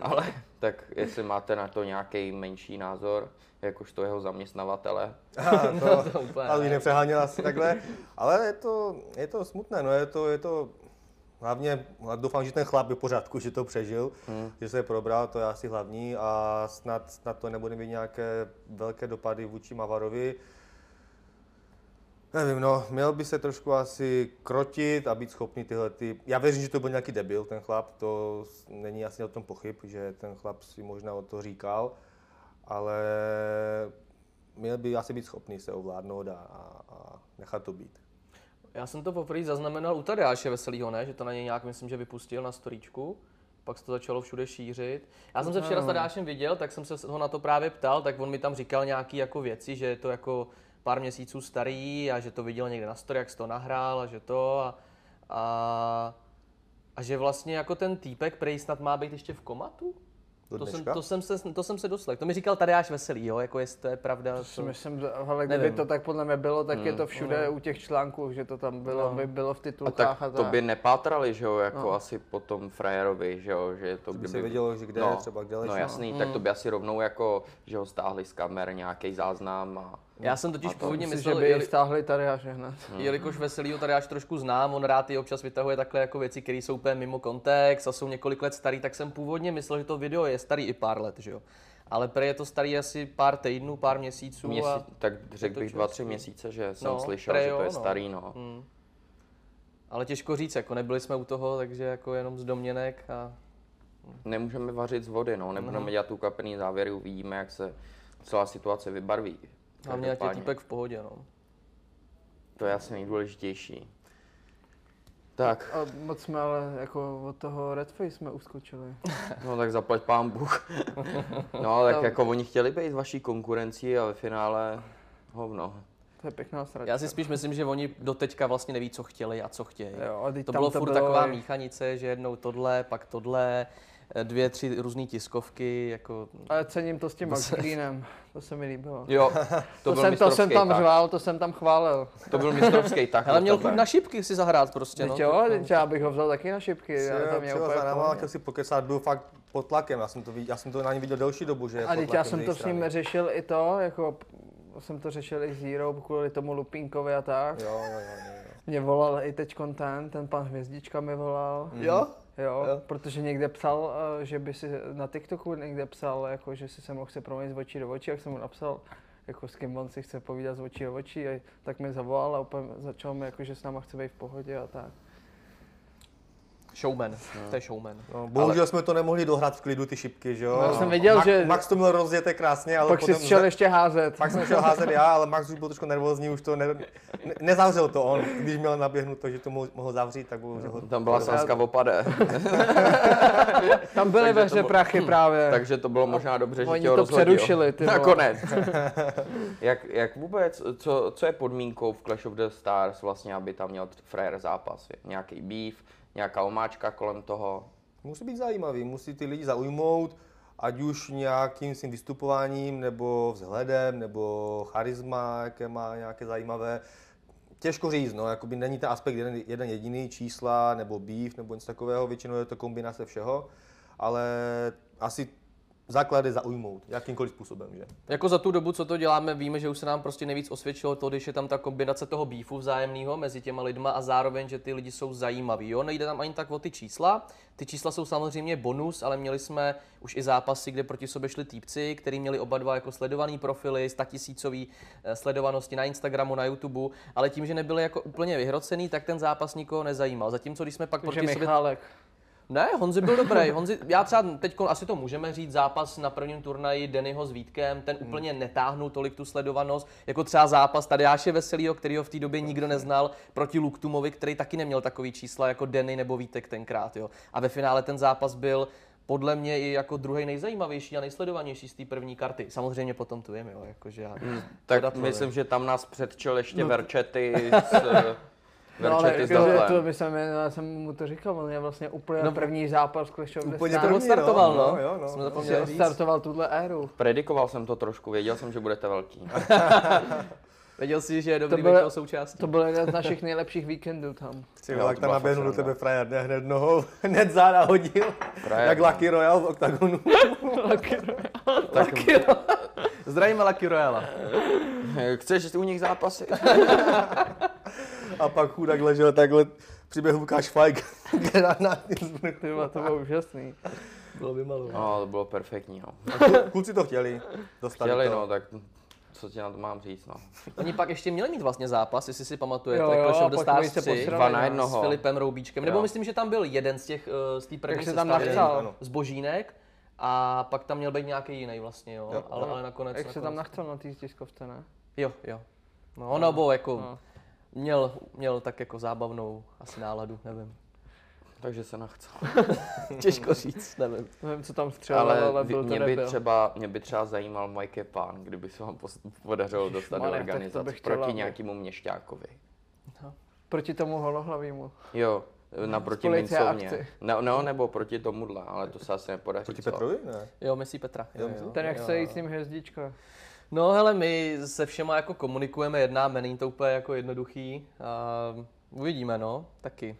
S3: Ale tak jestli máte na to nějaký menší názor, jakožto jeho zaměstnavatele,
S1: Aha, to,
S5: To úplně
S1: ale
S5: ne.
S1: bych nepřeháněl asi takhle. Ale je to, je to smutné, no je to, je to hlavně, a doufám, že ten chlap je v pořádku, že to přežil,
S5: Hmm.
S1: že se probral, to je asi hlavní a snad, snad to nebude mít nějaké velké dopady vůči Mavarovi. Nevím, no, měl by se trošku asi krotit a být schopný tyhle ty... Já věřím, že to byl nějaký debil, ten chlap, to s- není asi o tom pochyb, že ten chlap si možná o to říkal, ale měl by asi být schopný se ovládnout a, a, a nechat to být.
S5: Já jsem to poprvé zaznamenal u Tadeáše Veselýho, ne? Že to na něj nějak, myslím, že vypustil na storíčku. Pak se to začalo všude šířit. Já jsem se včera s Tadeášem viděl, tak jsem se ho na to právě ptal, tak on mi tam říkal nějaký jako věci, že je to jako pár měsíců starý a že to viděl někde na story, jak jsi to nahrál a že to a, a, a že vlastně jako ten týpek prej snad má být ještě v komatu?
S1: Do
S5: To jsem,
S1: dneška?
S5: to, jsem se, to jsem se doslech. To mi říkal Tadeáš Veselý, jo, jako jestli to je pravda.
S2: Co Myslím, že- hele, kdyby
S5: Nevím. Hmm.
S2: to tak podle mě bylo, tak je to všude u těch článků, že to tam
S5: No.
S2: bylo, by bylo v
S3: A
S2: titulkách
S3: tak
S2: a
S3: to
S2: tak.
S3: by nepátrali, že jo, jako asi po tom frajerovi, že jo, že to
S1: se vědělo, že kde je třeba, kde leží,
S3: No
S1: no.
S3: jasný, tak to by asi rovnou jako, že ho stáhli z kamer nějaký záznam a...
S5: Já jsem totiž původně
S2: Myslím, že
S5: myslel,
S2: by
S5: jeli-
S2: ji stáhli tady až hned.
S5: Hmm. Jelikož Veselýho tady až trošku znám, on rád i občas vytahuje takhle jako věci, které jsou úplně mimo kontext a jsou několik let starý, tak jsem původně myslel, že to video je starý i pár let, že jo. Ale prej je to starý asi pár týdnů, pár měsíců
S3: Měsíc,
S5: No a
S3: tak řekl
S5: to
S3: bych dva, tři
S5: čerstvý.
S3: měsíce, že jsem
S5: No,
S3: slyšel,
S5: prej
S3: že to
S5: jo,
S3: je
S5: no.
S3: starý, no.
S5: ale těžko říct, jako nebyli jsme u toho, takže jako jenom z domněnek a
S3: Nemůžeme vařit z vody, no, nebudeme dělat tu kapený závěry, uvidíme, jak se celá situace vybarví.
S5: hlavně ať je
S3: Každopádně.
S5: týpek v pohodě, no.
S3: To je asi nejdůležitější. Tak,
S2: A moc jsme ale jako od toho Redface jsme uskočili.
S3: no tak zaplať pán Bůh. No ale tak
S2: Tam-
S3: jako oni chtěli být vaší konkurencí a ve finále hovno.
S2: To je pěkná sračka.
S5: Já si spíš myslím, že oni doteďka vlastně neví, co chtěli a co chtějí.
S2: Jo, a teď
S5: to
S2: tam
S5: bylo
S2: to
S5: furt
S2: bylo
S5: taková
S2: i-
S5: míchanice, že jednou tohle, pak tohle, eh, dvě, tři různé tiskovky, jako
S2: Ale cením to s tím Max Greenem, to se mi líbilo.
S3: Jo, to,
S2: To,
S3: byl
S2: jsem, to jsem
S3: mistrovský
S2: tam
S3: tah.
S2: řval, to jsem tam chválil.
S3: To byl mistrovský tak.
S5: Hele, měl chuť na šipky si zahrát prostě,
S2: Teď
S5: no.
S2: jo, teď já bych ho vzal taky na šipky, ale tam je
S1: Přijel
S2: úplně
S1: za náma, jako-
S2: pohodě.
S1: chtěl si pokecát, byl fakt pod tlakem, já jsem to, vid- já jsem to na něm viděl delší dobu, že je
S2: A
S1: pod
S2: teď já
S1: tlakem z
S2: jsem
S1: jejich
S2: to s ním
S1: strany.
S2: řešil i to, jako p- jsem to řešil i s Hero kvůli tomu Lupínkovi a tak.
S1: Jo, jo, jo, jo, jo.
S2: Mě volal i teď ten, ten pan Hvězdička mi volal.
S5: Jo?
S2: Jo, protože někde psal, eh, že by si na TikToku někde psal, jako, že si se mnou chce promluvit z očí do očí, jak jsem mu napsal, jako s kým on si chce povídat z očí do očí, a tak mi zavolal a úplně začal mi, jako, že s náma chce být v pohodě a tak.
S5: Showman, to je showman.
S1: No, bohužel jsme to nemohli dohrát v klidu, ty šipky, že jo?
S2: No, já jsem věděl,
S1: Max,
S2: že-
S1: Max to měl rozjeté krásně, ale
S2: Pak si
S1: potom...
S2: šel ještě házet.
S1: Pak jsem šel házet já, ale Max už byl trošku nervózní, už to ne, ne, nezavřel to on. Když měl naběhnout to, že to mohl, mohl zavřít, tak bohužel ho...
S3: Tam byla sázka v opade,
S2: Tam byly ve
S3: Takže to
S2: hře
S3: bo-
S2: prachy právě.
S3: takže to bylo možná dobře, že
S2: Eh, Oni
S3: tě ho
S2: to
S3: rozhodil.
S2: přerušili, ty vole.
S3: Nakonec. jak, jak vůbec, co, co je podmínkou v Clash of the Stars vlastně, aby tam měl t- frajer zápas? Nějaký beef, nějaká omáčka kolem toho?
S1: Musí být zajímavý, musí ty lidi zaujmout, ať už nějakým svým vystupováním, nebo vzhledem, nebo charisma, jaké má nějaké zajímavé. Těžko říct, no, jakoby není ten aspekt jeden, jeden jediný, čísla, nebo býv, nebo něco takového, většinou je to kombinace všeho, ale asi základ je zaujmout, jakýmkoliv způsobem, že?
S5: Jako za tu dobu, co to děláme, víme, že už se nám prostě nejvíc osvědčilo to, když je tam ta kombinace toho býfu vzájemného mezi těma lidma a zároveň, že ty lidi jsou zajímaví. Jo, nejde tam ani tak o ty čísla. Ty čísla jsou samozřejmě bonus, ale měli jsme už i zápasy, kde proti sobě šli týpci, kteří měli oba dva jako sledovaný profily, statisícový eh, sledovanosti na Instagramu, na YouTube, ale tím, že nebyli jako úplně vyhrocený, tak ten zápas nikoho nezajímal. Zatímco když jsme pak
S2: Takže
S5: proti sobě
S2: Michálek.
S5: ne, Honzi byl dobrý. Honzi, já třeba teď asi to můžeme říct, zápas na prvním turnaji Dennyho s Vítkem, ten
S2: Hmm.
S5: úplně netáhnul tolik tu sledovanost, jako třeba zápas Tadeáše Veselýho, kterýho v té době nikdo neznal, proti Luktumovi, který taky neměl takový čísla jako Denny nebo Vítek tenkrát. Jo. A ve finále ten zápas byl podle mě i jako druhý nejzajímavější a nejsledovanější z té první karty. Samozřejmě potom tu jim, jo, jakože já,
S2: Hmm.
S3: Tak
S5: podatlově.
S3: myslím, že tam nás předčel ještě no, Verčety s...
S2: No, ale
S3: Verčety s
S2: jakože
S3: Datlem.
S2: to, my jsem, já jsem mu to říkal, on je vlastně úplně no, první zápas Clash of the
S1: Úplně
S2: Stars.
S1: první, no,
S5: odstartoval, no.
S1: no, jo, no.
S5: Jsme zapomněli
S2: Že Startoval tuhle éru.
S3: Predikoval jsem to trošku, věděl jsem, že budete velký.
S5: Věděl jsi, že je dobrý
S2: To
S5: to
S2: bylo-
S5: být toho součástí.
S2: To byl jeden z našich nejlepších víkendů tam.
S1: Ty
S3: Jo,
S1: vole, jak
S3: to
S1: tam
S3: byla
S1: naběhnul
S3: fakt
S1: do tebe
S3: sranda.
S1: frajer, ne, hned nohou, hned záda hodil,
S3: Frajer,
S1: jak
S3: no.
S1: Lucky Royale v oktagonu.
S3: tak
S5: Zdravíme Lucky Royala.
S3: chceš u nich zápasy?
S1: A pak chudák ležel takhle, přiběhl Lukáš Fajk, granát jim z
S2: Ty vole, to bylo úžasný.
S5: Bylo by malo.
S3: No, to bylo perfektní, no.
S1: bruchu. Kluci to chtěli dostat
S3: Chtěli,
S1: to.
S3: no, tak co ti na to mám říct, no.
S5: Oni pak ještě měli mít vlastně zápas, jestli si pamatujete,
S2: Jo, jo,
S5: Clash
S2: a
S5: of the
S2: pak oni
S5: Stars
S2: se
S5: 3,
S2: posrali,
S3: Dva
S2: no.
S3: na
S5: s
S3: jednoho.
S5: Filipem Roubíčkem, nebo
S3: Jo.
S5: myslím, že tam byl jeden z těch, eh, z té první
S2: Jak se tam
S5: sestavy,
S2: nachcel.
S1: Ano.
S5: z Božínek, a pak tam měl být nějaký jiný vlastně, jo,
S1: Jo.
S5: ale, ale nakonec,
S2: Jak se
S5: nakonec.
S2: tam nachcel na té tiskovce, ne?
S5: Jo, jo. No, no, nebo jako
S2: No.
S5: měl, měl tak jako zábavnou asi náladu, nevím.
S3: Takže se nachcel.
S5: Těžko říct, nevím.
S2: Nevím, co tam střelil, ale,
S3: Ale vy-
S2: byl to
S3: mě by,
S2: nebyl.
S3: třeba, mě by třeba zajímal Mike Pán, kdyby se vám pos- podařilo dostat do
S2: Ježmarja, tak to
S3: organizace
S2: bych chtěla,
S3: proti
S2: no.
S3: nějakému měšťákovi.
S2: Proti tomu holohlavímu.
S3: Jo, naproti
S2: Policie
S3: mincovně.
S2: akci.
S3: No, no, nebo proti tomuhle, ale to se asi nepodaří.
S1: Proti
S3: co?
S1: Petrovi? Ne.
S5: Jo, myslí Petra. Jo, jo.
S2: Ten, jak
S5: jo,
S2: se
S5: jo.
S2: jít s ním hvězdička.
S5: No hele, my se všema jako komunikujeme, jednáme, není to úplně jako jednoduchý. A uvidíme, no, taky.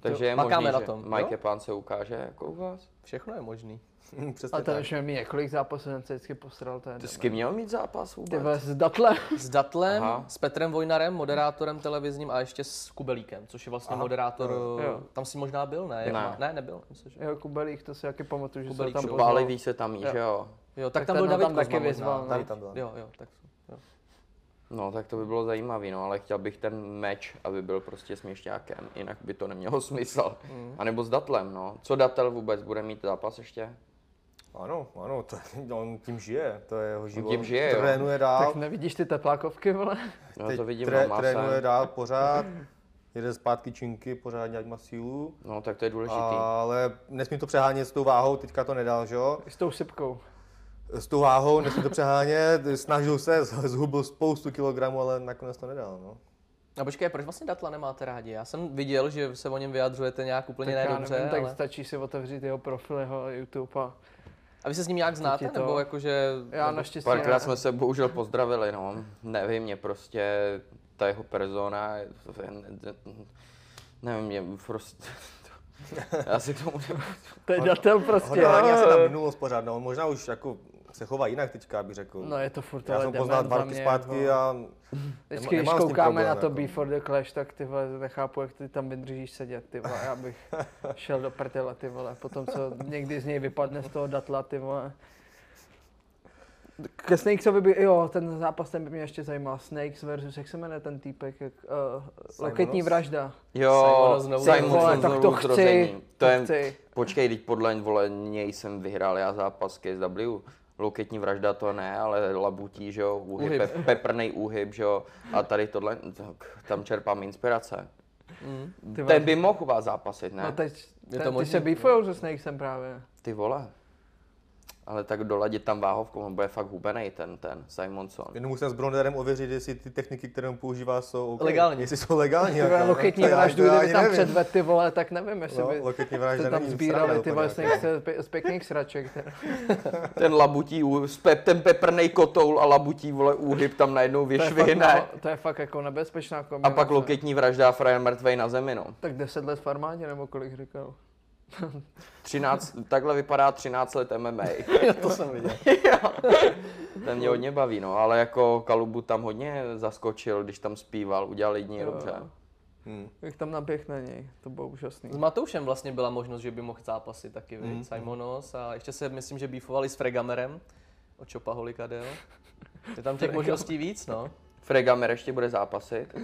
S3: Takže
S5: Jo,
S3: je
S5: makáme
S3: možný,
S5: na
S3: že
S5: tom,
S3: Mike
S5: jo?
S3: Pán se ukáže jako u vás.
S5: Všechno je možný.
S1: Hm, Přesně
S2: A ten
S1: tak.
S2: už mi několik zápasů, ten se vždycky posral. To je
S3: Ty s kým měl mít zápas vůbec?
S2: Ty vole, s datlem.
S5: S Datlem,
S3: Aha.
S5: s Petrem Vojnarem, moderátorem televizním a ještě s Kubelíkem, což je vlastně
S1: Aha.
S5: moderátor,
S2: Jo.
S5: tam si možná byl, ne? Jak
S3: Ne.
S5: má- ne nebyl, myslím, že.
S2: Jo, Kubelík, to si taky pamatuju, že se
S5: Kubelík,
S2: tam
S5: že?
S2: poznal.
S3: Pálivý se tam jí, že jo?
S5: Jo, tak,
S2: Tak
S5: tam
S2: ten
S5: byl
S2: ho
S5: David
S2: tam
S5: Kozma
S2: taky
S5: možná.
S2: vyzval, ne?
S1: Tady tam byla.
S5: Jo, jo, tak jo.
S3: No, tak to by bylo zajímavý, no, ale chtěl bych ten meč, aby byl prostě s měšťákem, jinak by to nemělo smysl.
S2: Mm.
S3: A nebo s datlem, no. Co datel vůbec bude mít zápas ještě?
S1: Ano, ano, to, on tím žije, to je jeho život.
S3: tím žije, jo.
S1: Trénuje dál,
S2: Tak nevidíš ty teplákovky, vole?
S3: No, to vidím,
S1: tré-
S3: no, má
S1: trénuje
S3: sen.
S1: dál pořád, jede zpátky činky, pořád nějak má sílu.
S3: No, tak to je důležitý.
S1: Ale nesmí to přehánět s tou váhou, teďka to nedal, že jo?
S2: S tou sypkou.
S1: S tou váhou nesmí to přehánět, snažil se, z- zhubil spoustu kilogramů, ale nakonec to nedal, no.
S5: A počkej, proč vlastně Datla nemáte rádi? Já jsem viděl, že se o něm vyjadřujete nějak úplně
S2: tak já
S5: ne dobře,
S2: nevím, tak
S5: ale...
S2: stačí si otevřít jeho profil, jeho YouTube a...
S5: A vy se s ním nějak znáte,
S2: to-
S5: nebo jakože...
S2: Já
S5: nebo...
S2: naštěstí
S3: Párkrát
S2: ne.
S3: jsme se bohužel pozdravili, no. Nevím, mě prostě ta jeho persona, je- nevím, mě prostě... Já si k tomu nemůžu.
S2: To je datel
S1: Ho
S2: prostě.
S1: dohání asi ta minulost pořád, no. Možná už jako se chová jinak teďka, bych řekl.
S2: No je to furt
S1: Já
S2: ale
S1: jsem poznal
S2: dement
S1: dva
S2: za
S1: roky
S2: mě,
S1: zpátky
S2: jako.
S1: a
S2: Vždycky, když
S1: nemám s tím
S2: koukáme
S1: problém,
S2: na to
S1: jako.
S2: Before the Clash, tak ty vole, nechápu, jak ty tam vydržíš sedět, ty vole, já bych šel do prdele, ty vole, potom co někdy z něj vypadne z toho datla, ty vole. Ke Snakesovi by, jo, ten zápas ten by mě ještě zajímal. Snakes versus, jak se jmenuje ten týpek, jak, uh, loketní vražda.
S3: Jo,
S5: Simona znovu
S3: Simon
S5: zrození.
S2: Vole, tak to
S3: znovu zrození.
S2: chci,
S3: To
S2: to
S3: je,
S2: chci.
S3: počkej, teď podle vole, něj jsem vyhrál já zápas KSW. Loketní vražda to ne, ale labutí, že jo, úhyb,
S5: Úhyb.
S3: Pe- peprnej úhyb, že jo, a tady tohle, tak tam čerpám inspirace.
S2: Mm. Ty
S3: Ten
S2: vole.
S3: by mohl vás zápasit, ne?
S2: No teď,
S5: Je
S2: ten,
S5: to
S2: ty
S5: možný.
S2: se bífujou se Snakesem právě.
S3: Ty vole. Ale tak doladit tam váhovku, on bude fakt hubenej ten, ten Simonson.
S1: Jenom musím s Bronderem ověřit, jestli ty techniky, které mu používá, jsou okay.
S5: Legální.
S1: Jestli jsou legální.
S2: Ty vole,
S1: jako, no,
S2: loketní
S1: to já-
S2: vraždu,
S1: to já
S2: kdyby
S1: ani
S2: tam
S1: nevím.
S2: předved ty vole, tak nevím, jestli
S1: No,
S2: by
S1: loketní vražda
S2: se tam
S1: není
S2: sbírali
S1: sranda
S2: ty vlastně, vole
S1: úplně,
S2: Snakese z pe- z pěkných sraček. teda.
S3: Ten labutí, úhyb, s pe- ten peprnej kotoul a labutí, vole, úhyb tam najednou
S2: To je fakt,
S3: vyšvihne.
S2: no, to je fakt jako nebezpečná
S3: A
S2: kombinace.
S3: pak loketní vražda a frajer mrtvej na zemi, no.
S2: Tak 10 let v armádě, nebo kolik říkal.
S3: 13, takhle vypadá 13 let MMA.
S5: to jsem viděl.
S3: Ten mě hodně baví, no, ale jako Kalubu tam hodně zaskočil, když tam zpíval, udělal jední
S2: Jo.
S3: dobře. Hmm.
S2: Jak tam naběh na něj, to bylo úžasný.
S5: S Matoušem vlastně byla možnost, že by mohl zápasit taky,
S2: Mhm,
S5: mm. Simonos a ještě se myslím, že býfovali s Fregamerem od Čopa Holikadel. Je tam těch možností víc, no.
S3: Fregamer ještě bude zápasit.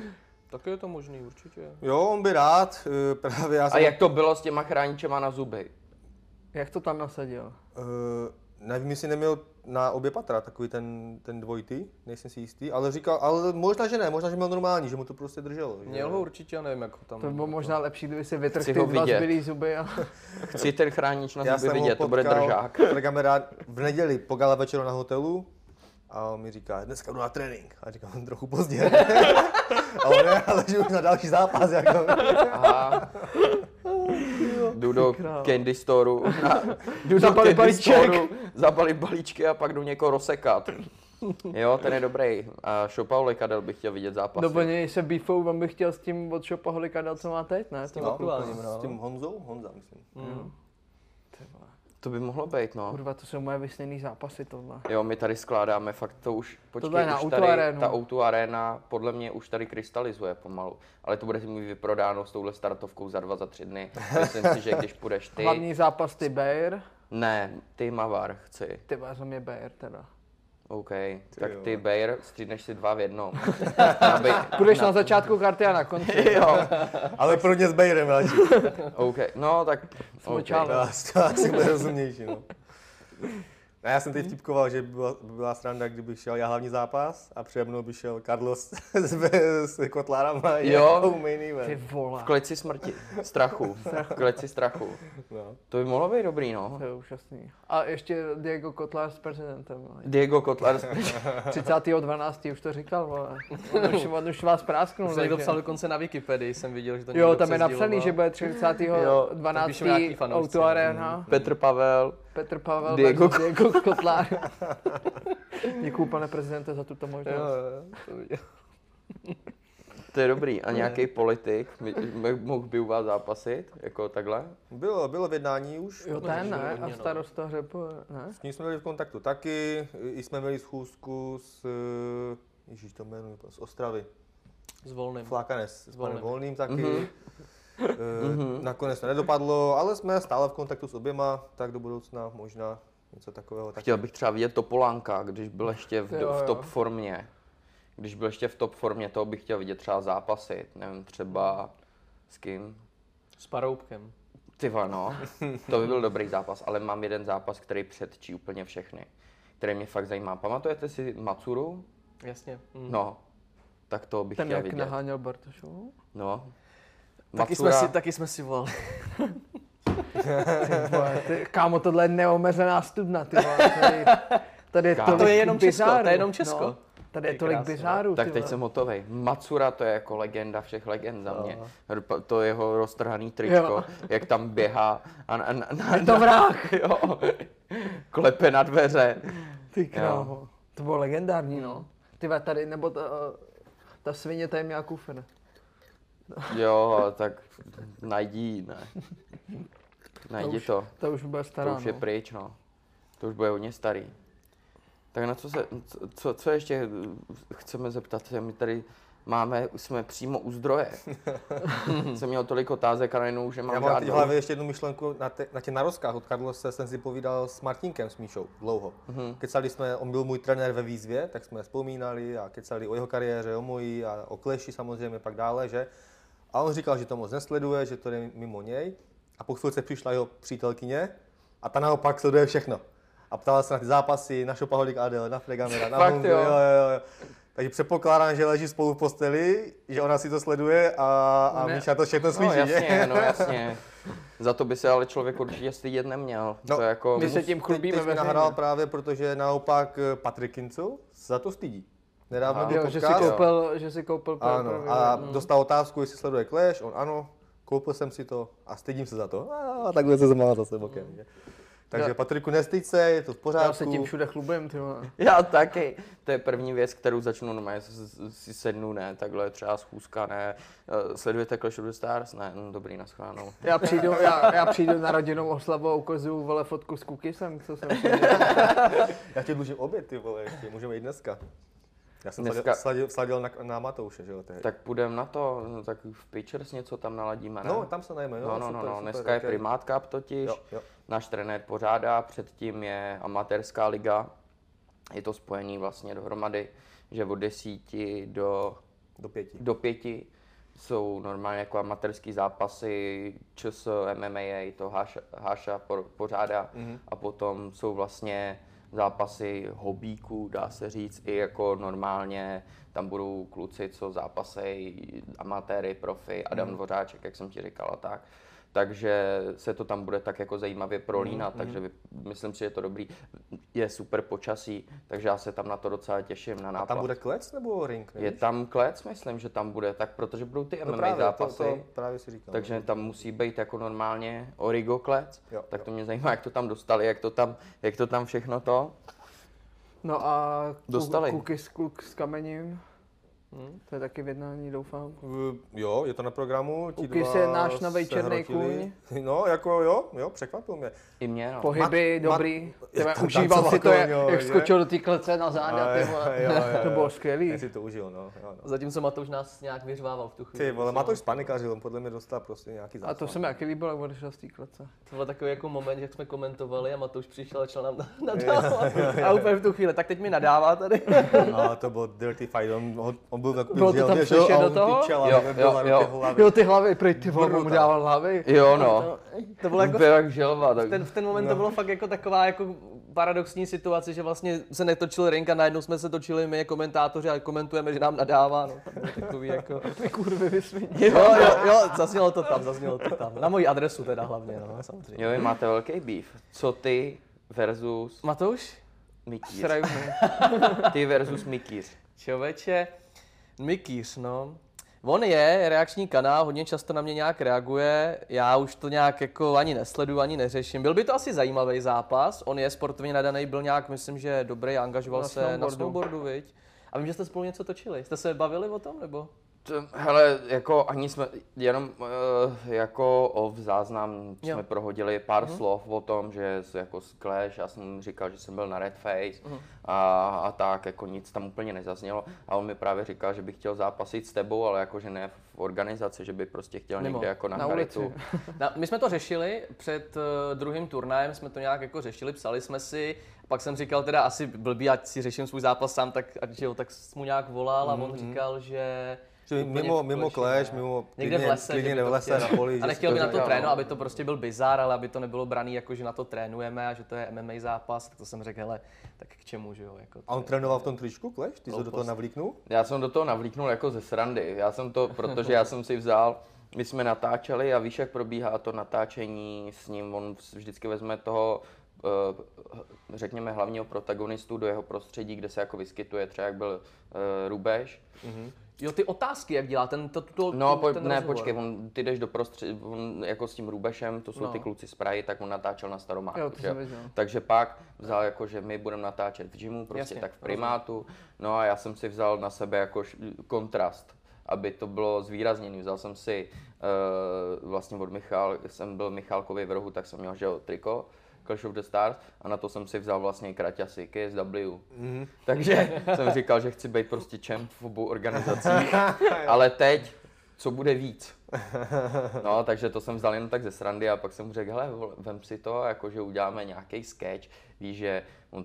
S5: Tak je to možný určitě.
S1: Jo, on by rád, eh, právě já
S3: A
S1: jsem...
S3: jak to bylo s těma chráničema na zuby?
S2: Jak to tam nasadil?
S1: Eh, nevím, jestli neměl na obě patra takový ten, ten dvojitý, nejsem si jistý, ale říkal, ale možná, že ne, možná, že měl normální, že mu to prostě drželo. že-
S5: Měl ho určitě, já nevím, jak ho tam...
S2: To by bylo možná lepší, kdyby si vytrhl
S3: Hmm. Chci
S2: ty
S3: ho
S2: dva
S3: vidět.
S2: zbylý zuby a
S3: Chci ten chránič na
S1: Já
S3: zuby
S1: jsem
S3: vidět,
S1: ho
S3: to bude
S1: potkal
S3: držák.
S1: kamarád v neděli po gala večeru na hotelu a on mi říká, dneska jdu na trénink. A říkám, on trochu pozdě. a on ne, ale že už na další zápas. Jako.
S3: Aha. Jdu do
S2: král.
S3: candy storeu, na, jdu do
S2: Zabalit
S3: candy
S2: balíček.
S3: storeu, zabalit balíčky a pak jdu někoho rozsekat. Jo, ten je dobrý. A Šopau Lekadel bych chtěl vidět zápasy.
S2: nebo něj se bífou, on by chtěl s tím od Šopaholika dát, co má teď, ne? To
S1: No,
S5: aktuálním, no.
S1: s tím Honzou? Honza, myslím.
S3: To by mohlo být, no.
S2: Kurva, to jsou moje vysněný zápasy tohle.
S3: Jo, my tady skládáme fakt to už, počkej,
S2: Tohle je na
S3: už
S2: Outu
S3: tady,
S2: Arenu.
S3: ta Outu Arena podle mě už tady krystalizuje pomalu, ale to bude mi vyprodáno s touhle startovkou za dva, za tři dny. Myslím si, že když půjdeš ty,
S2: Hlavní zápas ty Bayer.
S3: ne, ty Mavar chci,
S2: Ty vole, za mě Bayer teda.
S3: OK, tak
S1: jo.
S3: ty Bayer, střídneš si dva v jednom. Na Bay-
S2: Půjdeš na začátku karty a na konci.
S3: Jo,
S1: Ale pro mě s Bejrem radši.
S3: OK, no tak, okay.
S2: očálem.
S1: To asi- to asi bude rozumnější, no. A já jsem teď vtipkoval, že by byla, by byla sranda, kdyby šel já hlavní zápas a přede mnou by šel Carlos s, s Kotlárama
S3: Jo.
S1: jako main event.
S2: Ty vole.
S3: v kleci smrti, strachu, v kleci strachu.
S1: No.
S3: To by mohlo být dobrý, no.
S2: To je úžasný. A ještě Diego Kotlář s prezidentem. vole.
S3: Diego Kotlar,
S2: 30.12. už to říkal, vole. On už, on už vás prásknul.
S5: To někdo
S2: takže-
S5: psal dokonce na Wikipedii, jsem viděl, že to někdo
S2: Jo, tam je napsaný,
S5: přesdíloval.
S2: že bude 30.
S3: Jo,
S5: to píšou nějaký
S2: 12.
S5: fanoušci,
S2: Auto
S5: no.
S2: Arena,
S3: Petr Pavel,
S2: Petr Pavel
S3: Diego
S2: Diego, Diego Kotlár. Děkuju, pane prezidente, za tuto možnost.
S5: Jo, jo, to viděl.
S3: To je dobrý. A nějaký politik mi- mi- mohl by u vás zápasit, jako takhle?
S1: Bylo, bylo v jednání už.
S2: Jo, ten
S5: to je
S2: ne,
S5: hodně,
S2: a
S5: no.
S2: starosta Hřebu, ne?
S1: S ním jsme byli v kontaktu taky, i jsme měli schůzku s, eh, ježíš to jmenuji, z Ostravy,
S5: S volným.
S1: Flákanes, s panem
S5: Volným.
S1: Volným taky. Eh, Nakonec to nedopadlo, ale jsme stále v kontaktu s oběma, tak do budoucna možná něco takového. Taky.
S3: Chtěl bych třeba vidět Topolánka, když byl ještě v,
S2: Jo,
S3: v
S2: jo.
S3: top formě. Když byl ještě v top formě, toho bych chtěl vidět třeba zápasit. Nevím, třeba s kým?
S5: S Paroubkem.
S3: Ty vole, no, to by byl dobrý zápas, ale mám jeden zápas, který předčí úplně všechny, který mě fakt zajímá. Pamatujete si Matsuru?
S5: Jasně. Mm.
S3: No, tak to bych
S2: Ten
S3: chtěl
S2: jak
S3: vidět.
S2: naháněl Bartošovu?
S3: No.
S5: Taky jsme,
S3: Matsura-
S5: si, taky jsme si volali.
S2: Ty vole, ty- Kámo, tohle je neomezená studna, ty vole. Tady, tady je
S3: Kámo.
S2: tolik
S5: To je jenom Česko, to je
S2: bizárů,
S5: jenom Česko.
S2: No, tady je
S5: Ty
S2: tolik
S5: krásno.
S2: bizárů,
S3: Tak
S2: ty
S3: teď
S2: vole.
S3: jsem hotový. Matsura to je jako legenda všech legend za mě. Rp- To jeho roztrhaný tričko,
S2: Jo.
S3: jak tam běhá a na, na, na,
S2: Je to vrah!
S3: jo, klepe na dveře.
S2: Ty krávo. To bylo legendární, no. Ty vole, tady, nebo ta, ta svině, to je měla kufr.
S3: Jo, tak najdí, ne. Najdi to.
S2: To už bude
S3: To
S2: stará,
S3: už je
S2: no.
S3: pryč, no. To už bude hodně starý. Tak na co se, co- co, co ještě eh, chceme zeptat? Já mi tady Máme, jsme přímo u zdroje. jsem měl tolik otázek a najednou, že mám,
S1: Já mám teď v
S3: žádnou.
S1: hlavě ještě jednu myšlenku na, te, na těch narozkách od Karlose, jsem si povídal s Martinkem, s Míšou, dlouho.
S3: Mhm.
S1: Mm-hmm. Kecali jsme, on byl můj trenér ve výzvě, tak jsme vzpomínali a kecali o jeho kariéře, o mojí a o Kleši samozřejmě pak dále, že? A on říkal, že to moc nesleduje, že to je mimo něj. A po chvilce přišla jeho přítelkyně a ta naopak sleduje všechno. A ptala se na ty zápasy, na Šopaholik ADL, na Fregamera, na
S3: Fakt
S1: Honzu,
S3: jo?
S1: jo, jo. Takže předpokládám, že leží spolu v posteli, že ona si to sleduje a, a
S2: Ne.
S1: Míša to všechno slyší,
S3: No jasně,
S1: že?
S3: no jasně. Za to by se ale člověk určitě stydět neměl.
S1: No,
S3: to je jako...
S2: my se tím
S1: Teď-
S2: chlubíme
S1: Teď mi
S2: veřejně.
S1: nahrál právě, protože naopak eh, Patrik Kincel se za to stydí. Nedávno
S3: Aha.
S1: byl
S2: Jo, že si
S1: podcast.
S2: koupil, že si koupil pro- pro-
S1: ano, a
S3: no.
S1: dostal otázku, jestli sleduje Clash, on ano, koupil jsem si to a stydím se za to. A takhle se zmála zase
S3: Mm.
S1: bokem. že? Takže
S2: Já-
S1: Patriku, nestyď se, je to v pořádku.
S2: Já se tím všude chlubím, ty vole.
S3: Já taky. To je první věc, kterou začnu normálně, s- s- si sednu, ne, takhle třeba schůzka, ne, eh, sledujete Clash of the Stars? Ne, no, dobrý, naschvánou.
S2: Já přijdu, já, já přijdu na rodinnou oslavu a ukazuju, vole, fotku s kukisem, co jsem si dělal.
S1: Já ti dlužím oběd, ty vole, ještě můžeme jít dneska. Já jsem
S3: Dneska-
S1: dneska... sladil, sladil na, na Matouše, že jo? tehdy.
S3: Tak půjdeme na to, no, tak v Pitchers něco tam naladíme, ne?
S1: No, tam se najme, jo?
S3: No, no,
S1: super,
S3: no, no,
S1: super,
S3: dneska je
S1: tak
S3: Primát Cup totiž,
S1: Jo, jo.
S3: náš trenér pořádá, předtím je amatérská liga, je to spojený vlastně dohromady, že od desíti do
S1: Do pěti.
S3: do pěti jsou normálně jako amatérský zápasy, ČS, MMA, to Háša, Háša por- pořádá
S1: Mhm.
S3: mm-hmm. a potom jsou vlastně zápasy hobíků, dá se říct, i jako normálně tam budou kluci, co zápasejí, amatéry, profi, Adam
S1: Mhm.
S3: mm-hmm. Dvořáček, jak jsem ti říkal a tak. Takže se to tam bude tak jako zajímavě prolínat, mm-hmm.
S1: Mhm,
S3: takže vy- myslím si, že je to dobrý. Je super počasí, takže já se tam na to docela těším, na nápad.
S1: Tam bude klec nebo ring?
S3: Je
S1: Nevíš?
S3: tam klec, myslím, že tam bude, tak protože budou ty MMA
S1: no právě,
S3: zápasy,
S1: to, to právě si říkal.
S3: takže tam musí být jako normálně origo klec,
S1: Jo,
S3: tak
S1: jo.
S3: to mě zajímá, jak to tam dostali, jak to tam, jak to tam všechno to.
S2: No a ku-
S3: Dostali.
S2: kukis kluk s kamením. To je taky v jednání, doufám.
S1: V- Jo, je to na programu. Ti
S2: Ukis
S1: dva
S2: je náš novej
S1: se
S2: černej
S1: hrotili. No, jako jo, jo, překvapil mě.
S3: I mě, no.
S2: Pohyby
S1: Mat- mat-
S2: dobrý. Tebe,
S1: tam
S2: užíval si to, jak,
S1: tancoval, jo,
S2: jak
S1: že?
S2: skočil do té klece na záda, ty
S1: A-
S2: vole.
S1: jo, jo, jo.
S2: To bylo skvělý.
S1: Já si to užil, no. Jo, no.
S5: Zatímco Matouš nás nějak vyřvával v tu chvíli.
S1: Ty vole, Matoš spanikařil, on podle mě dostal prostě nějaký
S2: A
S1: zápas.
S2: to se mi taky líbilo, jak odešel z té klece.
S5: To byl takový jako moment, jak jsme komentovali a Matouš přišel a šel nám nadávat. A úplně v tu chvíli, tak teď mi nadává tady.
S1: A to byl Dirty Fight, on, on, on byl takový
S2: Bylo to
S1: žel,
S2: tam
S1: že
S2: slyšet
S1: a
S2: do
S1: on
S2: toho?
S1: Ty čela,
S3: Jo,
S1: jo,
S3: jo,
S1: jo,
S3: jo.
S1: jo. Hlavy.
S2: Jo, ty hlavy, pryč, ty vole, mu
S1: Brutal.
S2: dával hlavy.
S3: Jo, no.
S5: To bylo jako
S3: Byla jak želva, tak
S5: ten, v ten
S2: No.
S5: moment to bylo fakt jako taková jako paradoxní situace, že vlastně se netočil ring a najednou jsme se točili my jako komentátoři a komentujeme, že nám nadává. No. To bylo Takový jako...
S2: Ty kurvy vysviní.
S5: Jo, jo, jo, zaznělo to tam, zaznělo to tam. Na moji adresu teda hlavně, no, samozřejmě.
S3: Jo, vy máte velký beef. Co ty versus
S5: Matouš?
S3: Mikýř?
S2: Sraju mě.
S3: Ty versus Mikýř.
S5: Čověče, Mikýř, no. On je reakční kanál, hodně často na mě nějak reaguje, já už to nějak jako ani nesleduju, ani neřeším. Byl by to asi zajímavý zápas, on je sportovně nadaný, byl nějak, myslím, že dobrý, angažoval
S2: Na
S5: se snowboardu. na
S2: snowboardu.
S5: snowboardu, viď? A vím, že jste spolu něco točili. Jste se bavili o tom, nebo?
S3: To, hele, jako ani jsme, jenom uh, jako off záznam
S5: Jo. Mhm.
S3: jsme prohodili pár mm slov o tom, že s- jako z Clash, já jsem říkal, že jsem byl na Red Face
S5: Mhm.
S3: a, a tak, jako nic tam úplně nezaznělo a on mi právě říkal, že by chtěl zápasit s tebou, ale jako že ne v organizaci, že by prostě chtěl
S5: Mimo,
S3: někde jako na,
S5: na
S3: charitu.
S5: ulici. Na, my jsme to řešili před uh, druhým turnajem, jsme to nějak jako řešili, psali jsme si, pak jsem říkal teda asi blbý, ať si řeším svůj zápas sám, tak, ať, že jo, tak jsem mu nějak volal a
S3: Mhm.
S5: on říkal, že...
S1: Že
S5: úplně
S1: mimo,
S5: v
S1: mimo
S5: kleši,
S1: Clash,
S5: ne.
S1: mimo
S5: Někde v lese, že
S1: klidně
S5: by to
S1: v lese
S5: chtěl.
S1: na poli.
S5: A
S1: že
S5: nechtěl
S1: si
S5: by
S1: to
S5: na to
S1: říkal,
S5: trénu,
S1: no.
S5: aby to prostě byl bizár, ale aby to nebylo braný jako, že na to trénujeme a že to je MMA zápas, tak to jsem řekl, hele, tak k čemu, že jo, jako to
S1: A on
S5: je-
S1: trénoval v tom tričku Clash? Ty jsi to do toho navlíknul?
S3: Já jsem do toho navlíknul jako ze srandy. Já jsem to, protože já jsem si vzal, my jsme natáčeli a víš, jak probíhá to natáčení s ním. On vždycky vezme toho, eh, řekněme, hlavního protagonistu do jeho prostředí, kde se jako vyskytuje, třeba jak byl eh, Rubeš.
S5: Jo, ty otázky, jak dělá ten, to, to,
S3: No, po,
S5: Mhm. ten
S3: ne,
S5: rozhovor.
S3: počkej, on, ty jdeš do prostředí, on jako s tím Rubešem, to jsou ty kluci z Prahy, tak on natáčel na Staromáku.
S2: Jo, to
S3: že
S2: jsem viděl.
S3: Takže pak vzal jako, že my budeme natáčet v gymu, prostě
S5: Jasně,
S3: tak v primátu. No a já jsem si vzal na sebe jako š- kontrast, aby to bylo zvýrazněný. Vzal jsem si eh, vlastně od Michal, jsem byl Michalkovi v rohu, tak jsem měl, že jo, triko Clash of the Stars a na to jsem si vzal vlastně i kraťasy KSW. Mm-hmm. Takže jsem říkal, že chci být prostě čem v obou organizacích, ale teď, co bude víc. No, takže to jsem vzal jen tak ze srandy a pak jsem řekl, hele, vole, vem si to, jakože uděláme nějaký sketch, víš, že on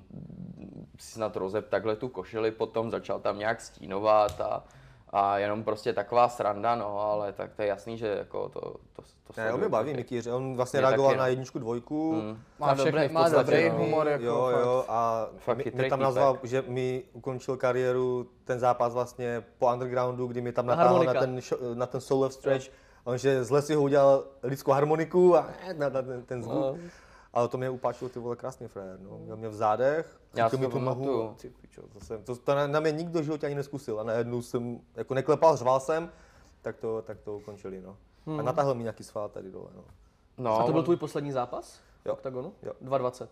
S3: si snad rozep takhle tu košili, potom začal tam nějak stínovat a, a jenom prostě taková sranda, no, ale tak to je jasný, že jako to, to, to
S1: Ne, on
S3: sleduje
S1: mě baví
S3: každý.
S1: Mikýř, on vlastně
S3: Mě taky,
S1: reagoval
S3: no.
S1: na jedničku, dvojku.
S2: Má,
S5: Na všechny
S2: dobrý,
S5: v
S2: má
S5: podstatě,
S2: dobrý
S5: no.
S2: humor, jako
S1: Jo,
S2: fakt.
S1: jo, a
S3: Fakt
S1: mi,
S3: chytrý
S1: mi tam
S3: týpek.
S1: nazval, že mi ukončil kariéru ten zápas vlastně po undergroundu, kdy mi tam natáhl na
S5: harmonika.
S1: ten, šo- na ten solo stretch. A on, že zle si ho udělal lidskou harmoniku a na, na ten, ten zvuk.
S5: No.
S1: Ale to mě upáčilo, ty vole, krásný frajer, no. Měl mě v zádech,
S3: Já
S1: chytil
S3: si
S1: mi
S3: to
S1: tu nohu.
S3: pamatuju.
S1: Ty pičo, to, jsem, to, to na, na, mě nikdo v životě ani neskusil a najednou jsem, jako neklepal, řval jsem, tak to, tak to ukončili, no.
S2: Hmm.
S1: A natáhl mi nějaký sval tady dole, no.
S3: No,
S5: A to byl
S3: on-
S5: tvůj poslední zápas?
S1: Jo.
S5: Jo. Oktagonu?
S1: Jo.
S5: 2,20.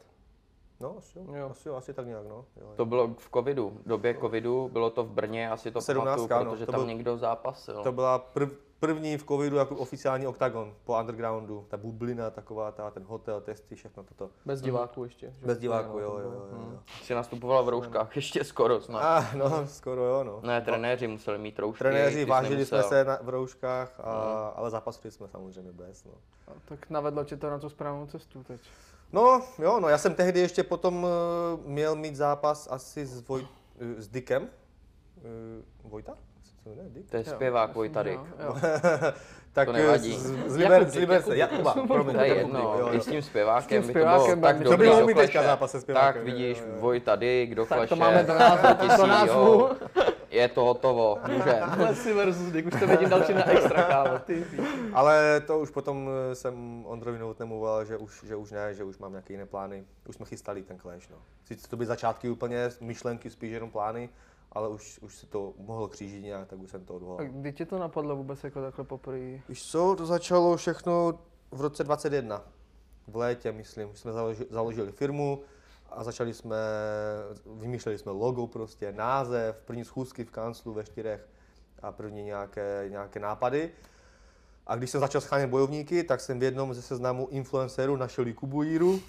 S1: No, asi jo,
S5: Jo.
S1: Asi, jo, asi tak nějak, no. Jo, jo.
S3: To bylo v covidu, v době covidu, bylo to v Brně, asi to
S1: 17,
S3: pamatuju,
S1: ano,
S3: protože
S1: no, to
S3: tam
S1: byl-
S3: někdo zápasil.
S1: To byla prv, první v covidu jako oficiální oktagon po undergroundu, ta bublina taková, ta, ten hotel, testy, všechno toto.
S5: Bez diváků ještě. že?
S1: Bez diváků, jo, jo, jo. jo.
S3: Si nastupovala v rouškách, ještě skoro snad.
S1: A no, skoro jo, no.
S3: Ne, trenéři museli mít roušky. ty
S1: Trenéři,
S3: jsi
S1: vážili jsme
S3: nemusel. Hm.
S1: se na, v rouškách, a, ale zapasili jsme samozřejmě bez, no.
S2: Tak navedlo tě to na tu správnou cestu teď.
S1: No, jo, no, já jsem tehdy ještě potom eh, měl mít zápas asi s, Voj, eh, s Dickem. Eh, Vojta? Co ne, Dick?
S3: To je zpěvák
S5: No.
S3: Vojtadyk.
S2: Jo, jo.
S1: tak
S3: to
S1: eh,
S3: nevadí.
S1: z, z, Liber, z
S5: Dick,
S1: Liberce, Jakuba, promiň,
S3: To je
S1: Jakub Dick,
S3: jedno,
S1: jo,
S3: i
S1: jo.
S3: s tím zpěvákem,
S2: S
S3: by
S2: tím
S3: to bylo
S2: zpěvákem
S3: tak
S2: by-
S1: To
S3: dobrý
S1: byl
S3: do
S1: můj teďka
S3: kleše.
S1: zápas se zpěvákem,
S3: Tak
S1: jo,
S3: vidíš,
S1: jo, jo.
S3: Vojtadyk do kleše.
S2: máme do názvu,
S3: Tisí,
S2: do názvu.
S3: jo. Je to hotovo, může.
S5: Ale si versus Dick, už to vidím další na extra kávo, ty píč.
S1: Ale to už potom eh, jsem Ondrovi Novotnému volal, že už, že už ne, že už mám nějaké jiné plány. Už jsme chystali ten clash, no. Sice to byly začátky úplně, myšlenky spíš jenom plány, ale už, už se to mohlo křížit nějak, tak už jsem to
S2: A
S1: odvolal.
S2: kdy tě to napadlo vůbec jako takhle poprvé?
S1: Víš co, to začalo všechno v roce 21. V létě, myslím, že jsme založi, založili firmu a začali jsme, vymýšleli jsme logo prostě, název, první schůzky v kanclu ve čtyřech a první nějaké, nějaké nápady. A když jsem začal schánět bojovníky, tak jsem v jednom ze seznamu influencerů našel i Kubu Jiru.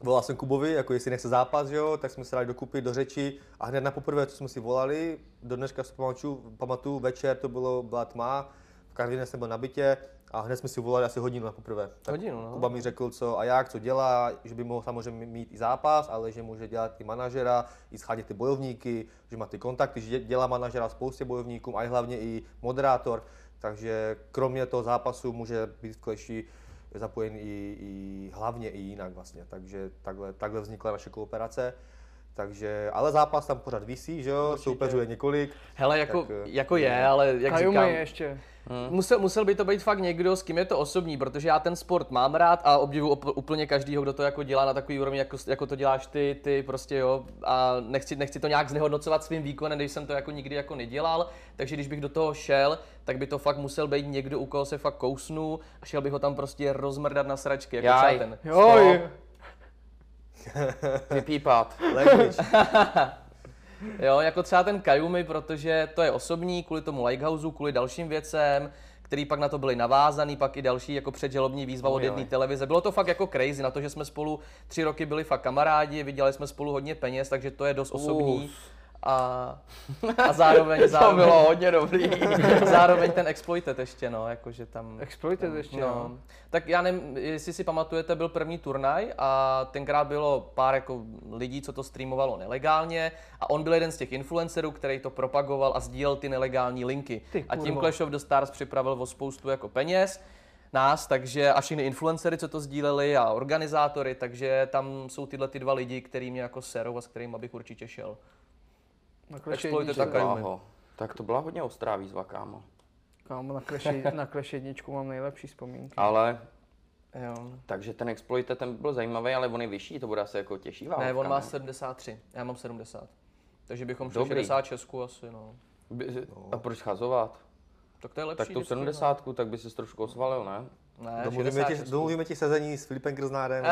S1: Volal jsem Kubovi, jako jestli nechce zápas, že jo, tak jsme se dali dokupy do řeči a hned na poprvé, co jsme si volali, do dneška si pamatuju, pamatuju večer to bylo, byla tma, v Karvině jsem byl na bytě a hned jsme si volali asi hodinu na poprvé. Tak
S5: Hodinu, no.
S1: Kuba mi řekl, co a jak, co dělá, že by mohl samozřejmě mít i zápas, ale že může dělat i manažera, i schánět ty bojovníky, že má ty kontakty, že dě- dělá manažera spoustě bojovníkům, a i hlavně i moderátor. Takže kromě toho zápasu může být v kleši zapojen i, i hlavně i jinak vlastně. Takže takhle, takhle vznikla naše kooperace. Takže, ale zápas tam pořád visí, že jo, soupeřů je několik.
S5: Hele, jako,
S1: Tak, eh,
S5: jako je, ale jak
S2: Kajumi
S5: říkám, Hm.
S2: ještě.
S5: musel, musel by to být fakt někdo, s kým je to osobní, protože já ten sport mám rád a obdivu op- úplně každýho, kdo to jako dělá na takový úrovni, jako, jako to děláš ty, ty prostě jo, a nechci, nechci to nějak znehodnocovat svým výkonem, když jsem to jako nikdy jako nedělal, takže když bych do toho šel, tak by to fakt musel být někdo, u koho se fakt kousnu a šel bych ho tam prostě rozmrdat na sračky, jako
S3: Jaj.
S5: třeba ten.
S2: Jo,
S3: Stop.
S2: je.
S3: Vypípat.
S1: Language.
S5: Jo, jako třeba ten Kajumi, protože to je osobní, kvůli tomu Likehouse, kvůli dalším věcem, který pak na to byly navázaný, pak i další jako předžalobní výzva od jedné televize. Bylo to fakt jako crazy, na to, že jsme spolu tři roky byli fakt kamarádi, vydělali jsme spolu hodně peněz, takže to je dost osobní. A, a zároveň,
S3: To
S5: zároveň,
S3: bylo hodně dobrý.
S5: zároveň ten exploited ještě, no, jakože tam...
S2: Exploited ještě,
S5: No, tak já nevím, jestli si pamatujete, byl první turnaj a tenkrát bylo pár jako lidí, co to streamovalo nelegálně a on byl jeden z těch influencerů, který to propagoval a sdílel ty nelegální linky.
S2: Ty
S5: a tím
S2: kurvo.
S5: Clash of the Stars připravil o spoustu jako peněz nás, takže a všechny influencery, co to sdíleli a organizátory, takže tam jsou tyhle ty dva lidi, který mě jako serou a s kterým bych určitě šel.
S2: Na kleše
S5: Exploited
S2: jedničku.
S5: tak Kajumi.
S3: Bláho. Tak to byla hodně ostrá výzva, kámo.
S2: Kámo, na kleše, na kleše jedničku mám nejlepší vzpomínky.
S3: Ale,
S5: Jo.
S3: takže ten exploit ten byl zajímavý, ale on je vyšší, to bude asi jako těžší válka.
S5: Ne, on má 73, já mám 70. Takže bychom šli
S3: Dobrý.
S5: 66 asi, no.
S3: By- A proč schazovat?
S5: Tak to je lepší.
S3: Tak tu
S5: vždycky, no.
S3: 70, tak by si trošku osvalil, ne?
S5: Ne,
S1: Domluvíme ti,
S5: 66.
S1: domluvíme ti sezení s Filipem Krznárem.
S3: No,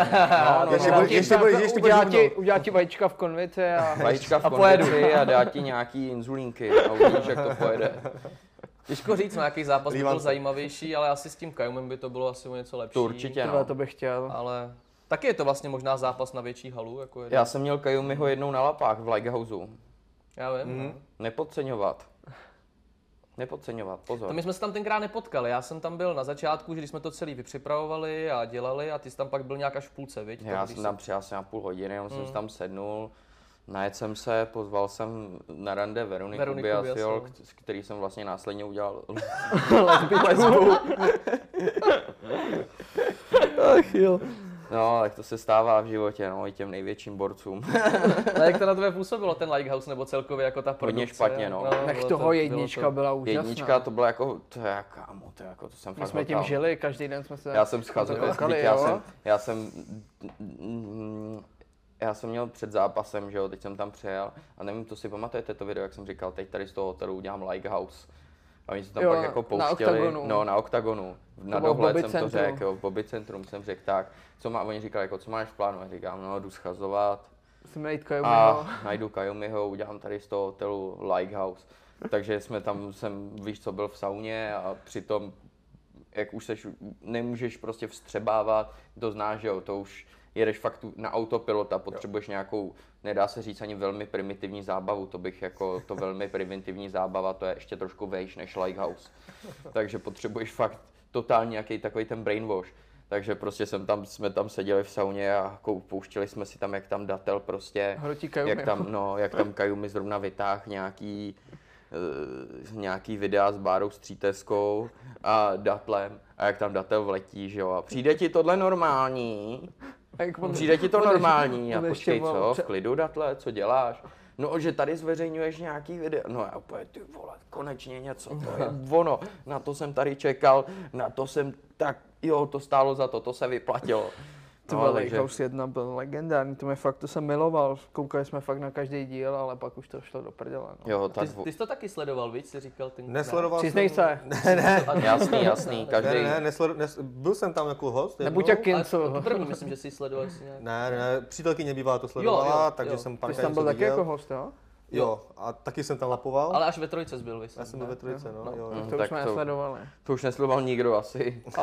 S1: ještě budeš- ještě budeš- ještě budeš
S2: udělá, ti,
S1: hubnout.
S2: udělá ti vajíčka v konvice a
S3: Vajíčka v kondici a dá ti nějaký inzulínky a uvidíš, jak to pojede.
S5: Těžko říct, na jaký zápas by byl
S1: Lívance.
S5: zajímavější, ale asi s tím Kajumem by to bylo asi o něco lepší.
S3: To určitě,
S2: tohle
S3: no.
S2: to bych chtěl.
S5: Ale Taky je to vlastně možná zápas na větší halu, jako jeden.
S3: Já jsem měl Kajumiho jednou na lapách v Lighthouse.
S5: Já vím.
S3: Mhm.
S5: Mm.
S3: Nepodceňovat. Nepodceňovat,
S5: To
S3: pozor.
S5: my jsme se tam tenkrát nepotkali, já jsem tam byl na začátku, že když jsme to celý vypřipravovali a dělali a ty jsi tam pak byl nějak až v půlce, viď?
S3: Já
S5: Tam,
S3: jsem
S5: když
S3: tam přijel asi na půl hodiny, jenom jsem si tam sednul, najet jsem se, pozval jsem na rande Veroniku,
S5: Veroniku
S3: Veroniku Biasiol,
S5: Biasiol.
S3: k- s který jsem vlastně následně udělal
S5: Ach jo.
S3: No, tak to se stává v životě, no, i těm největším borcům.
S5: A jak to na tebe působilo, ten Lighthouse, nebo celkově jako ta produkce?
S3: špatně, no.
S5: bylo
S2: Tak
S5: to-
S2: toho
S5: bylo
S2: jednička
S5: to-
S2: byla úžasná.
S3: Jednička to byla jako, to je kámo, to je jako, to jsem
S2: My
S3: fakt
S2: jsme tím
S3: hltal.
S2: žili, každý den jsme se
S3: Já jsem scházel,
S2: koukali,
S3: já
S2: jo.
S3: jsem, já jsem, mm, já jsem měl před zápasem, že jo, teď jsem tam přijel a nevím, to si pamatujete to video, jak jsem říkal, teď tady z toho hotelu udělám Lighthouse. A oni se tam
S2: Jo,
S3: pak jako
S2: na
S3: pouštěli,
S2: Octagonu.
S3: no na oktagonu, na
S2: bylo v
S3: dohled
S2: Bobby
S3: jsem to
S2: centru.
S3: řekl, jo, v Bobby Centrum jsem řekl tak, co má, oni říkali jako, co máš v plánu, já říkám, no jdu schazovat,
S2: Jsme najít Kajumiho.
S3: a najdu Kajumiho, udělám tady z toho hotelu Lighthouse. Takže jsme tam, jsem, víš co, byl v sauně a přitom, jak už seš, nemůžeš prostě vstřebávat, to znáš, že jo, to už jedeš fakt tu- na autopilota, potřebuješ nějakou, nedá se říct ani velmi primitivní zábavu, to bych jako, to velmi primitivní zábava, to je ještě trošku vejš než Lighthouse. Takže potřebuješ fakt totálně nějaký takový ten brainwash. Takže prostě jsem tam, jsme tam seděli v sauně a kou- pouštěli jsme si tam, jak tam datel prostě,
S2: Hrotí Kajumi.
S3: jak tam, no, jak tam Kajumi zrovna vytáh nějaký, eh, nějaký videa s Bárou Stříteskou a datlem a jak tam datel vletí, že jo, a přijde ti tohle normální,
S2: A jak on-
S3: přijde ti to
S2: on ještě-
S3: normální a
S2: on ještě
S3: počkej,
S2: volal
S3: co, v
S2: před-
S3: klidu datle, co děláš? No, že tady zveřejňuješ nějaký video. No já úplně, ty vole, konečně něco, to je ono. Na to jsem tady čekal, na to jsem tak, jo, to stálo za to, to se vyplatilo. No,
S2: Ty vole, Lighthouse 1 byl legendární, to mě fakt, to jsem miloval, koukali jsme fakt na každý díl, ale pak už to šlo do prdele, no.
S3: jo,
S5: Ty,
S3: tak,
S5: ty jsi to taky sledoval, víš, jsi říkal ten...
S1: Nesledoval
S2: Přiznej
S1: jsem...
S2: se,
S3: jasný, jasný,
S1: Ne,
S3: každý,
S1: ne, nesled, nes, byl jsem tam jako host
S2: nebuď
S1: jednou.
S3: No,
S2: jak
S5: Ale to,
S2: Kincu.
S5: to první, myslím, že jsi sledoval, jestli nějak...
S1: Ne, ne, přítelkyně bývala to sledovala,
S5: jo,
S1: takže
S5: jo.
S1: jsem
S2: Ty
S1: pár
S2: jsi tam byl
S1: něco
S2: taky
S1: viděl.
S2: jako host, jo?
S1: Jo, a taky jsem tam lapoval.
S5: Ale až ve trojce jsi byl, víš.
S1: Já jsem byl ve trojce, no, jo, jo.
S2: To už
S3: tak
S2: jsme
S3: to-
S2: nesledovali.
S3: to už nesloval nikdo asi.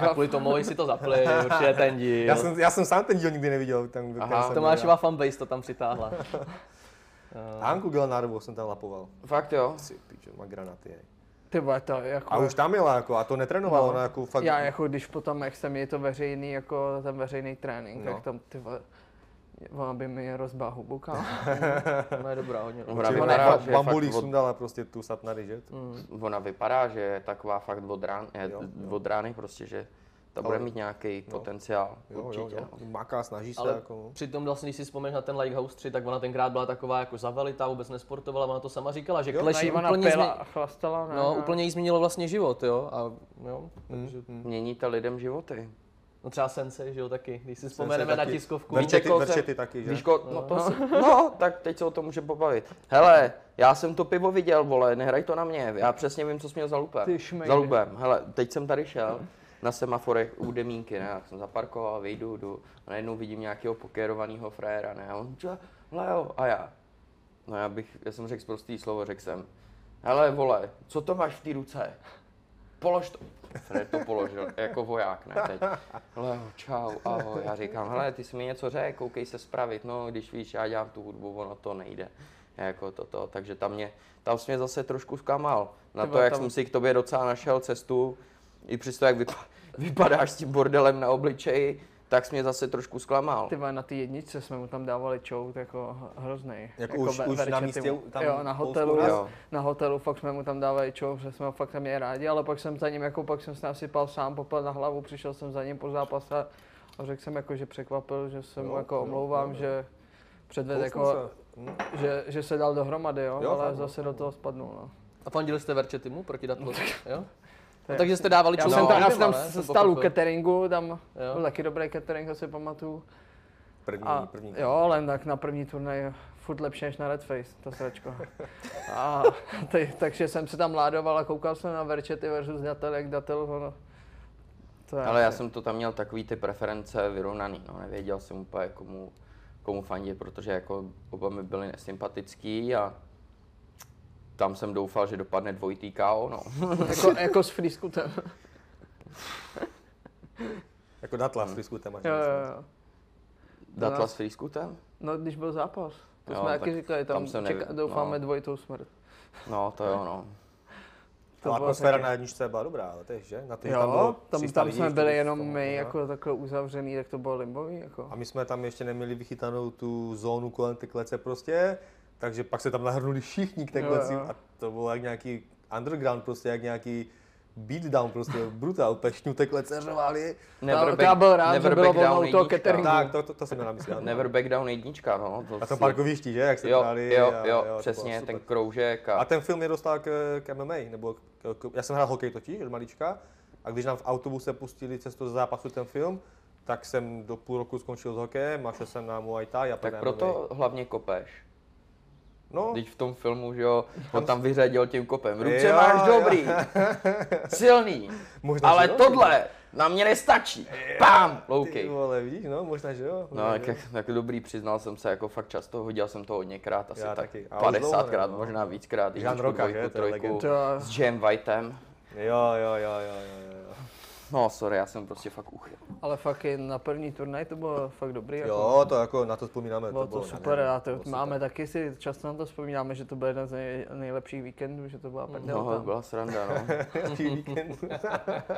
S5: A kvůli tomu jsi to zapli, určitě ten Prostě díl.
S1: Já jsem, já jsem sám ten díl nikdy neviděl. Tam, ve kterém jsem byl
S5: Tomášova fanbase to tam přitáhla.
S1: já. Anku Gelnarovou jsem tam lapoval.
S3: Fakt jo.
S1: Ty píčo, má granaty. jej.
S2: Ty vole, to je jako...
S1: A už tam jela jako, a to netrénovala,
S2: No.
S1: ona jako fakt...
S2: Já jako když potom, jak jsem je to veřejný, jako ten veřejný trénink,
S1: No.
S2: tak tam ty vole, ona by mi rozbá hubu, kámo.
S5: Ona je dobrá, hodně no. dobrá.
S3: No, Ona
S1: Ona
S3: vypadá,
S1: ba-
S3: že je fakt
S1: bambulík
S3: od-
S1: sundala prostě tu satnary, že?
S2: Mm,
S3: ona vypadá, že je taková fakt od, rán, je,
S1: Jo,
S3: od rány prostě, že ta bude mít nějaký potenciál,
S1: Jo, jo,
S3: určitě.
S1: jo.
S2: no.
S1: Maká, snaží se
S5: Ale
S1: jako. no.
S5: přitom vlastně, když si vzpomeneš na ten Lighthouse 3, tak ona tenkrát byla taková jako zavelitá, vůbec nesportovala, ona to sama říkala, že kleší
S2: Ona
S5: úplně,
S2: pila
S5: zmi-
S2: a chlastala, ne?
S5: no,
S2: A-
S5: úplně jí změnilo vlastně život, jo. A, jo.
S2: Hmm,
S3: Měníte lidem životy.
S5: No třeba Sense, že jo, taky. Když si vzpomeneme na
S1: taky.
S5: tiskovku,
S1: Verčety-
S2: jako
S3: Víš, koho jsem-
S1: verčety taky, že?
S3: Víš, ko, no, to si, no, tak teď se o tom můžeme pobavit. Hele, já jsem to pivo viděl, vole, nehraj to na mě. Já přesně vím, co jsi měl za lupem.
S2: Ty šmejdy.
S3: za lupem. Hele, teď jsem tady šel na semaforech u Demínky, ne, já jsem zaparkoval, vyjdu, jdu, a najednou vidím nějakého pokérovaného frajera, ne, a on, čo, Leo, a já. No já bych, já jsem řekl prostý slovo, řekl jsem, hele, vole, co to máš v té ruce? Polož to. Fred to položil, jako voják, ne teď. Leo, čau, ahoj. Já říkám, hele, ty jsi mi něco řekl, koukej se spravit. No, když víš, já dělám tu hudbu, ono to nejde. Jako toto, takže tam mě, tam jsi mě zase trošku zklamal. Na
S2: Ty
S3: to,
S2: vole,
S3: jak
S2: tam-
S3: jsem si k tobě docela našel cestu, i přesto, jak vypa- vypadáš s tím bordelem na obličeji, tak jsi mě zase trošku zklamal.
S2: Ty vole, na ty jednice jsme mu tam dávali čout, jako hrozný.
S1: Jako už-
S2: ve-
S1: už na
S2: verčety
S1: místě
S2: mu.
S1: tam
S2: jo, na
S1: spoustu
S2: hotelu,
S1: nás-
S2: jo. na hotelu fakt jsme mu tam dávali čout, že jsme ho fakt tam je rádi, ale pak jsem za ním, jako pak jsem se nasypal sám, popel na hlavu, přišel jsem za ním po zápase a- a řekl jsem jako, že překvapil, že se mu
S1: Jo,
S2: jako
S1: jo,
S2: omlouvám,
S1: jo, jo.
S2: že předved
S1: Kousnu
S2: jako,
S1: se. Hm.
S2: že, že se dal dohromady, jo,
S1: Jo,
S2: ale
S1: fakt,
S2: zase do toho spadnul, no.
S5: A fandili jste Verčety mu proti Datlu, jo?
S2: To
S5: No,
S2: je-
S5: takže jste dávali
S2: Já
S5: čouk
S2: jsem tam, já
S5: oběma,
S2: jsem tam
S5: ne?
S2: s-
S5: Jsem
S2: stál u
S5: pochopil.
S2: cateringu, tam
S5: Jo.
S2: byl taky dobrý catering, asi pamatuju.
S1: První,
S2: A,
S1: první.
S2: jo, ale tak na první turnaj furt lepší než na Red Face, to sračko. A, ty, takže jsem se tam ládoval a koukal jsem na Verčety versus Datel, jak Datel ono. To je,
S3: Ale já jsem to tam měl takový ty preference vyrovnaný, no nevěděl jsem úplně komu, komu fandit, protože jako oba mi byli nesympatický a tam jsem doufal, že dopadne dvojitý KO, no.
S2: jako, jako s Friskutem.
S1: Jako datla s diskutem.
S2: jo, jo, jo.
S3: Datla s Frýskutem?
S2: No, když byl zápas. To
S3: Jo,
S2: jsme
S3: tak
S2: taky říkali, tam,
S3: tam se neví-
S2: čeká, doufáme
S3: no.
S2: dvojitou smrt.
S3: No, to jo, no.
S2: To
S1: Ale
S2: bylo
S1: atmosféra
S2: taky-
S1: na jedničce byla dobrá, ale tež, že? Na ty,
S2: Jo,
S1: tam, bylo
S2: tam,
S1: 300
S2: tam
S1: lidí,
S2: jsme
S1: ještě
S2: byli
S1: víc
S2: jenom
S1: tomu,
S2: my,
S1: jo.
S2: jako takhle uzavřený, tak to bylo limbový, jako.
S1: A my jsme tam ještě neměli vychytanou tu zónu kolem ty klece prostě, takže pak se tam nahrnuli všichni k té
S2: Jo,
S1: kleci
S2: jo.
S1: a to bylo jak nějaký underground prostě, jak nějaký beatdown prostě, brutál, úplně šňuté klece řvali.
S2: Never back- já byl rád, že bylo volno u toho cateringu.
S1: Tak, to, to, to jsem měl na mysli. ano.
S3: Never back down jednička, no. To
S1: Na tom
S3: si-
S1: parkovišti, že? Jak se
S3: Jo,
S1: hráli.
S3: jo,
S1: a-
S3: jo,
S1: to bylo
S3: přesně,
S1: super.
S3: ten kroužek
S1: A
S3: a...
S1: ten film je dostal k, k MMA, nebo k, k, já jsem hrál hokej totiž od malička a když nám v autobuse pustili cestu ze zápasu ten film, tak jsem do půl roku skončil s hokejem a šel jsem na Muay Thai a pak
S3: Tak
S1: na MMA.
S3: proto hlavně kopeš.
S1: No,
S3: Teď v tom filmu, že jo, on tam vyřadil tím kopem. Ruce
S1: Jo,
S3: máš
S1: jo.
S3: dobrý, silný,
S1: Možná,
S3: ale
S1: že jo, ty
S3: tohle na mě nestačí. Pam, low
S1: Ty
S3: kick.
S1: vole, vidíš, no, možná, že jo.
S3: No,
S1: možná,
S3: tak,
S1: že jo.
S3: tak dobrý, přiznal jsem se jako fakt často, hodil jsem to hodněkrát, asi
S1: Já
S3: tak
S1: taky. A už dlouho
S3: 50 krát,
S1: ne, no.
S3: možná víckrát.
S1: Jean
S3: jedničku,
S1: Roca, že?
S3: dvojku,
S1: To je
S3: trojku,
S2: legenda.
S3: s Jam Whiteem.
S1: Jo, jo, jo, jo, jo, jo.
S3: No, sorry, já jsem prostě fakt uchyl.
S2: Ale fakt i na první turnaj to bylo fakt dobrý. Jako.
S1: Jo, to jako na to vzpomínáme.
S2: Bylo to
S1: na-
S2: super a to
S1: bylo super.
S2: máme taky si, často na to vzpomínáme, že to byl jeden z nej, nejlepších víkendů, že to byla prdel
S3: No,
S2: tam.
S3: byla sranda, no.
S1: Jaký víkend.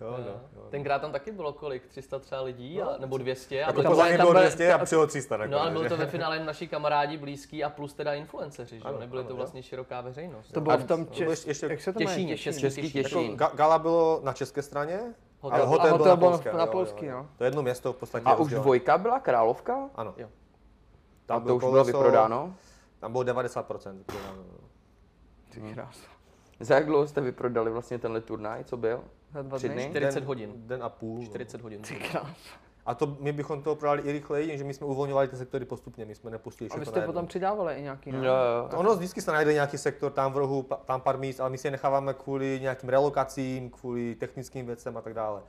S1: jo, no. jo.
S5: Tenkrát tam taky bylo kolik? 300 třeba lidí, a, nebo 200. A
S1: Jako
S5: byli-
S2: tam
S1: pozadí
S2: byly- tam
S1: bylo
S2: byly-
S1: 200 a přijelo 300
S5: No ale
S1: nakonec.
S5: byli
S1: že?
S5: to ve finále jen naši kamarádi, blízký a plus teda influenceři, že jo?
S1: Ano,
S5: Nebyly
S1: ano,
S5: to
S1: jo.
S5: vlastně široká veřejnost.
S2: To
S5: jo?
S2: bylo
S3: A
S2: v tom
S1: bylo
S2: čes...
S1: ještě-
S2: jak se to
S5: Těšíně,
S2: jmenuje?
S5: Český
S3: Český
S5: Těšín.
S1: Jako
S3: těším.
S1: ga- gala bylo na české straně,
S5: Hotel-
S1: ale hotel,
S2: a
S1: byl
S2: hotel
S1: na
S2: byl
S1: polské.
S2: na
S1: jo,
S2: polský,
S1: jo, jo.
S2: no.
S1: To je jedno město v podstatě.
S3: A už
S1: jo.
S3: dvojka byla královka?
S1: Ano.
S5: Jo.
S3: A
S1: Tam
S3: to už bylo vyprodáno?
S1: Tam bylo 90% vyprodáno. no.
S2: Ty krása.
S3: Hm. Za jak dlouho jste vyprodali vlastně tenhle turnaj, co byl?
S2: Za dva
S3: Tři
S2: dny?
S3: dny?
S5: 40
S1: Den-
S5: hodin.
S1: Den a půl. no.
S5: 40 hodin.
S2: Ty krása.
S1: A to my bychom to prodali i rychleji, jenže my jsme uvolňovali ty sektory postupně, my jsme nepustili
S2: A vy
S1: všechno
S2: jste
S1: najednou.
S2: potom přidávali i nějaký,
S3: Jo,
S2: ne?
S3: jo.
S1: Ono vždycky se najde nějaký sektor tam v rohu, pa- tam pár míst, ale my si je necháváme kvůli nějakým relokacím, kvůli technickým věcem a tak dále.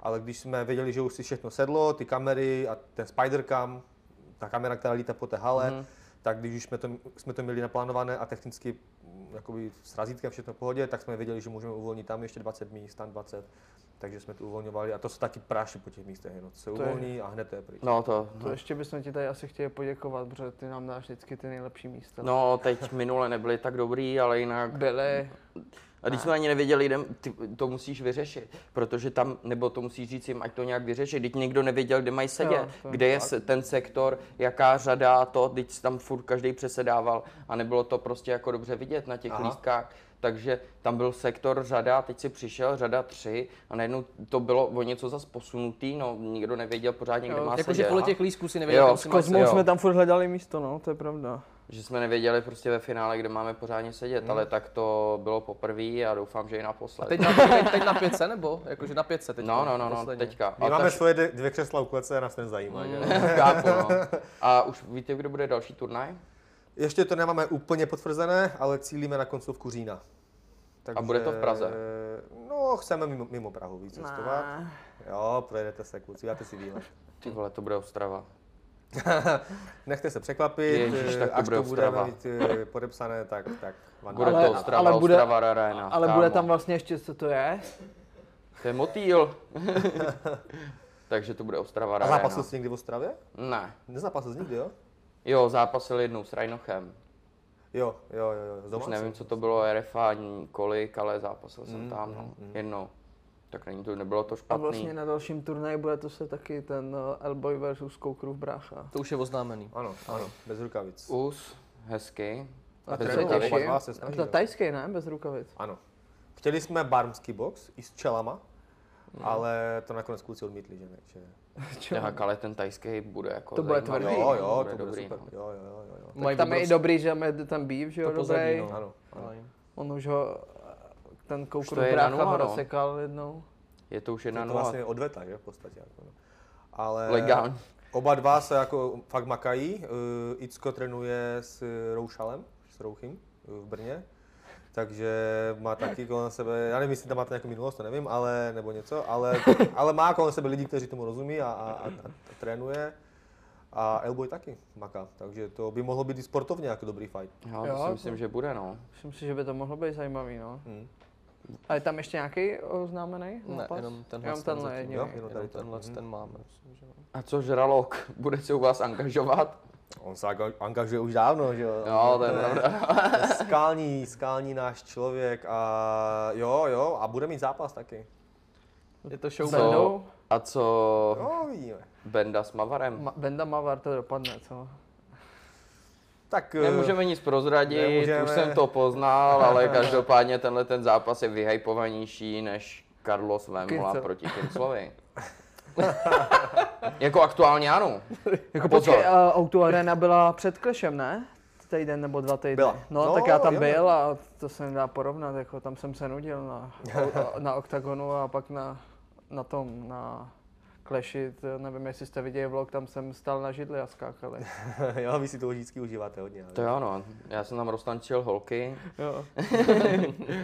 S1: Ale když jsme věděli, že už si všechno sedlo, ty kamery a ten Spidercam, ta kamera, která lítá po té hale, mm tak když už jsme to, jsme to měli naplánované a technicky mm, jakoby s razítkem všechno v pohodě, tak jsme věděli, že můžeme uvolnit tam ještě 20 míst, tam 20. Takže jsme to uvolňovali a to se taky práší po těch místech, jenom se
S2: je-
S1: uvolní a hned to je pryč.
S3: No to,
S2: To ještě bychom ti tady asi chtěli poděkovat, protože ty nám dáš vždycky ty nejlepší místa.
S3: no teď minule nebyly tak dobrý, ale jinak
S2: Byli,
S3: A když jsme ani nevěděli, jdem, ty, to musíš vyřešit, protože tam, nebo to musíš říct jim, ať to nějak vyřeší. Teď nikdo nevěděl, kde mají sedět,
S2: to je
S3: kde je se- ten sektor, jaká řada to, teď se tam furt každý přesedával a nebylo to prostě jako dobře vidět na těch
S1: Aha.
S3: Aha. lístkách. Takže tam byl sektor řada, teď si přišel řada tři a najednou to bylo o něco zas posunutý, no nikdo nevěděl pořádně, kde
S2: Jo,
S3: má
S5: Jako, Jakože
S3: sedět.
S5: podle těch lísků si nevěděl,
S3: Jo,
S5: kam
S3: s
S5: si
S2: s
S5: máš
S2: Kozmou
S3: jo.
S2: jsme tam furt hledali místo, no, to je pravda.
S3: Že jsme nevěděli prostě ve finále, kde máme pořádně sedět,
S2: Mhm.
S3: ale tak to bylo poprvé a doufám, že i naposled.
S5: Teď na, teď, teď na 500 nebo? Jakože na 500 teď.
S3: No, no, no, no,
S5: posledně.
S3: teďka.
S1: My
S3: A
S1: máme
S3: tak-
S1: svoje dvě- dvě křesla u klece a nás nezajímá. Mm.
S3: Chápu, no. A už víte, kdo bude další turnaj?
S1: Ještě to nemáme úplně potvrzené, ale cílíme na koncovku října. Takže,
S3: bude to v Praze?
S1: No, chceme mimo, mimo Prahu víc cestovat. Jo, projedete se, kluci, dáte si výlet.
S3: Ty vole, to bude Ostrava.
S1: Nechte se překvapit,
S3: Ježiš,
S1: eh,
S3: tak to
S1: až
S3: bude
S1: to budeme
S3: Ostrava.
S1: mít eh, podepsané, tak, tak vám
S3: Bude
S1: dáme
S3: to
S1: na-
S3: Ostrava,
S2: ale bude-
S3: Ostrava Arena.
S2: Ale
S3: kámo.
S2: bude tam vlastně ještě, co to je?
S3: To je motýl. Takže to bude Ostrava no.
S1: A
S3: Arena.
S1: zápasil jsi někdy v Ostravě?
S3: Ne.
S1: Nezápasil jsi nikdy, jo?
S3: Jo, zápasil jednou s Rajnochem.
S1: Jo, jo, jo, jo. s
S3: Už
S1: domácím.
S3: nevím, co to bylo, RFA, ani kolik, ale zápasil jsem tam, no. Jednou. Tak není to, nebylo to
S2: Mm, A
S3: špatný.
S2: vlastně na dalším turnaji bude to se taky ten eh, Elboy versus Koukrův brácha.
S5: To už je oznámený.
S1: Ano, ano, bez rukavic.
S3: Us, hezky.
S2: A to
S1: Bez
S2: se
S1: rukavic.
S2: těším.
S1: Oba dva se snaží,
S2: To
S1: jo.
S2: tajský, ne? Bez rukavic.
S1: Ano. Chtěli jsme barmský box i s čelama,
S3: Mhm.
S1: ale to nakonec kluci odmítli, že ne. Že...
S3: Tak, ale ten tajský bude jako
S2: To bude
S3: zajímavý.
S2: tvrdý.
S1: Jo, jo,
S3: Bude
S1: to bude
S3: dobrý,
S1: super.
S3: no.
S1: Jo, jo, jo, jo.
S2: Tak tam je i dobrý, že je ten býv, že jo,
S5: To pozadí,
S2: dobrý.
S5: no.
S1: Ano.
S2: On už ho, eh, ten
S3: to
S2: Koukrův
S3: je na
S2: brácha
S3: nula,
S2: ho
S3: no.
S2: rozsekal jednou.
S3: Je to už
S1: To
S3: jedna
S1: je to
S3: nula.
S1: vlastně odveta, že v podstatě. Jako, no. Ale
S3: Legální.
S1: oba dva se jako fakt makají. Uh, Icko trénuje s Roušalem, s Rouchym eh, v Brně. Takže má taky kolem sebe, já nevím, jestli tam máte nějakou minulost, to nevím, ale, nebo něco, ale, ale má kolem sebe lidi, kteří tomu rozumí a, a, a, a trénuje. A Elboy taky maká, takže to by mohlo být i sportovně jako dobrý fight.
S3: Jo, to
S2: Jo,
S3: si
S2: to-
S3: myslím, že bude, no.
S2: Myslím si, že by to mohlo být zajímavý, no. A je tam ještě nějaký oznámený?
S5: Hmm. Ne,
S2: nápad?
S5: jenom tenhle,
S2: No, Jenom
S5: ten
S2: tenhle
S5: zatím,
S2: jediný.
S5: jo,
S1: Jenom
S5: jenom
S1: tady ten.
S5: tenhle
S1: Mhm.
S5: ten máme. myslím, že jo.
S3: A co žralok? Bude se u vás angažovat?
S1: On se aga- angažuje už dávno, že jo?
S3: No, to je pravda.
S1: Skální, skální náš člověk a jo, jo, a bude mít zápas taky.
S5: Je to
S2: S
S5: show.
S2: Bendou?
S3: A co
S1: No, vidíme.
S3: Benda s Mavarem?
S2: Ma- Benda Mavar to dopadne, co?
S1: Tak eh,
S3: Nemůžeme nic prozradit,
S1: Nemůžeme.
S3: už jsem to poznal, ale každopádně tenhle ten zápas je vyhypovanější než Carlos Vemola
S2: Kincel.
S3: proti Kinclovi. jako aktuálně ano.
S2: Jako
S3: Pozor.
S2: počkej, a Auto Arena byla před klešem, ne? Týden nebo dva týdny.
S1: Byla.
S2: No,
S1: No,
S2: tak já tam
S1: jo.
S2: byl a to se nedá porovnat, jako tam jsem se nudil na, eh, na OKTAGONu a pak na, na tom, na Clashi, to nevím, jestli jste viděli vlog, tam jsem stál na židli a skákali.
S1: jo, vy si to vždycky užíváte hodně. ale-
S3: To jo, no. Já jsem tam roztančil holky.
S2: Jo.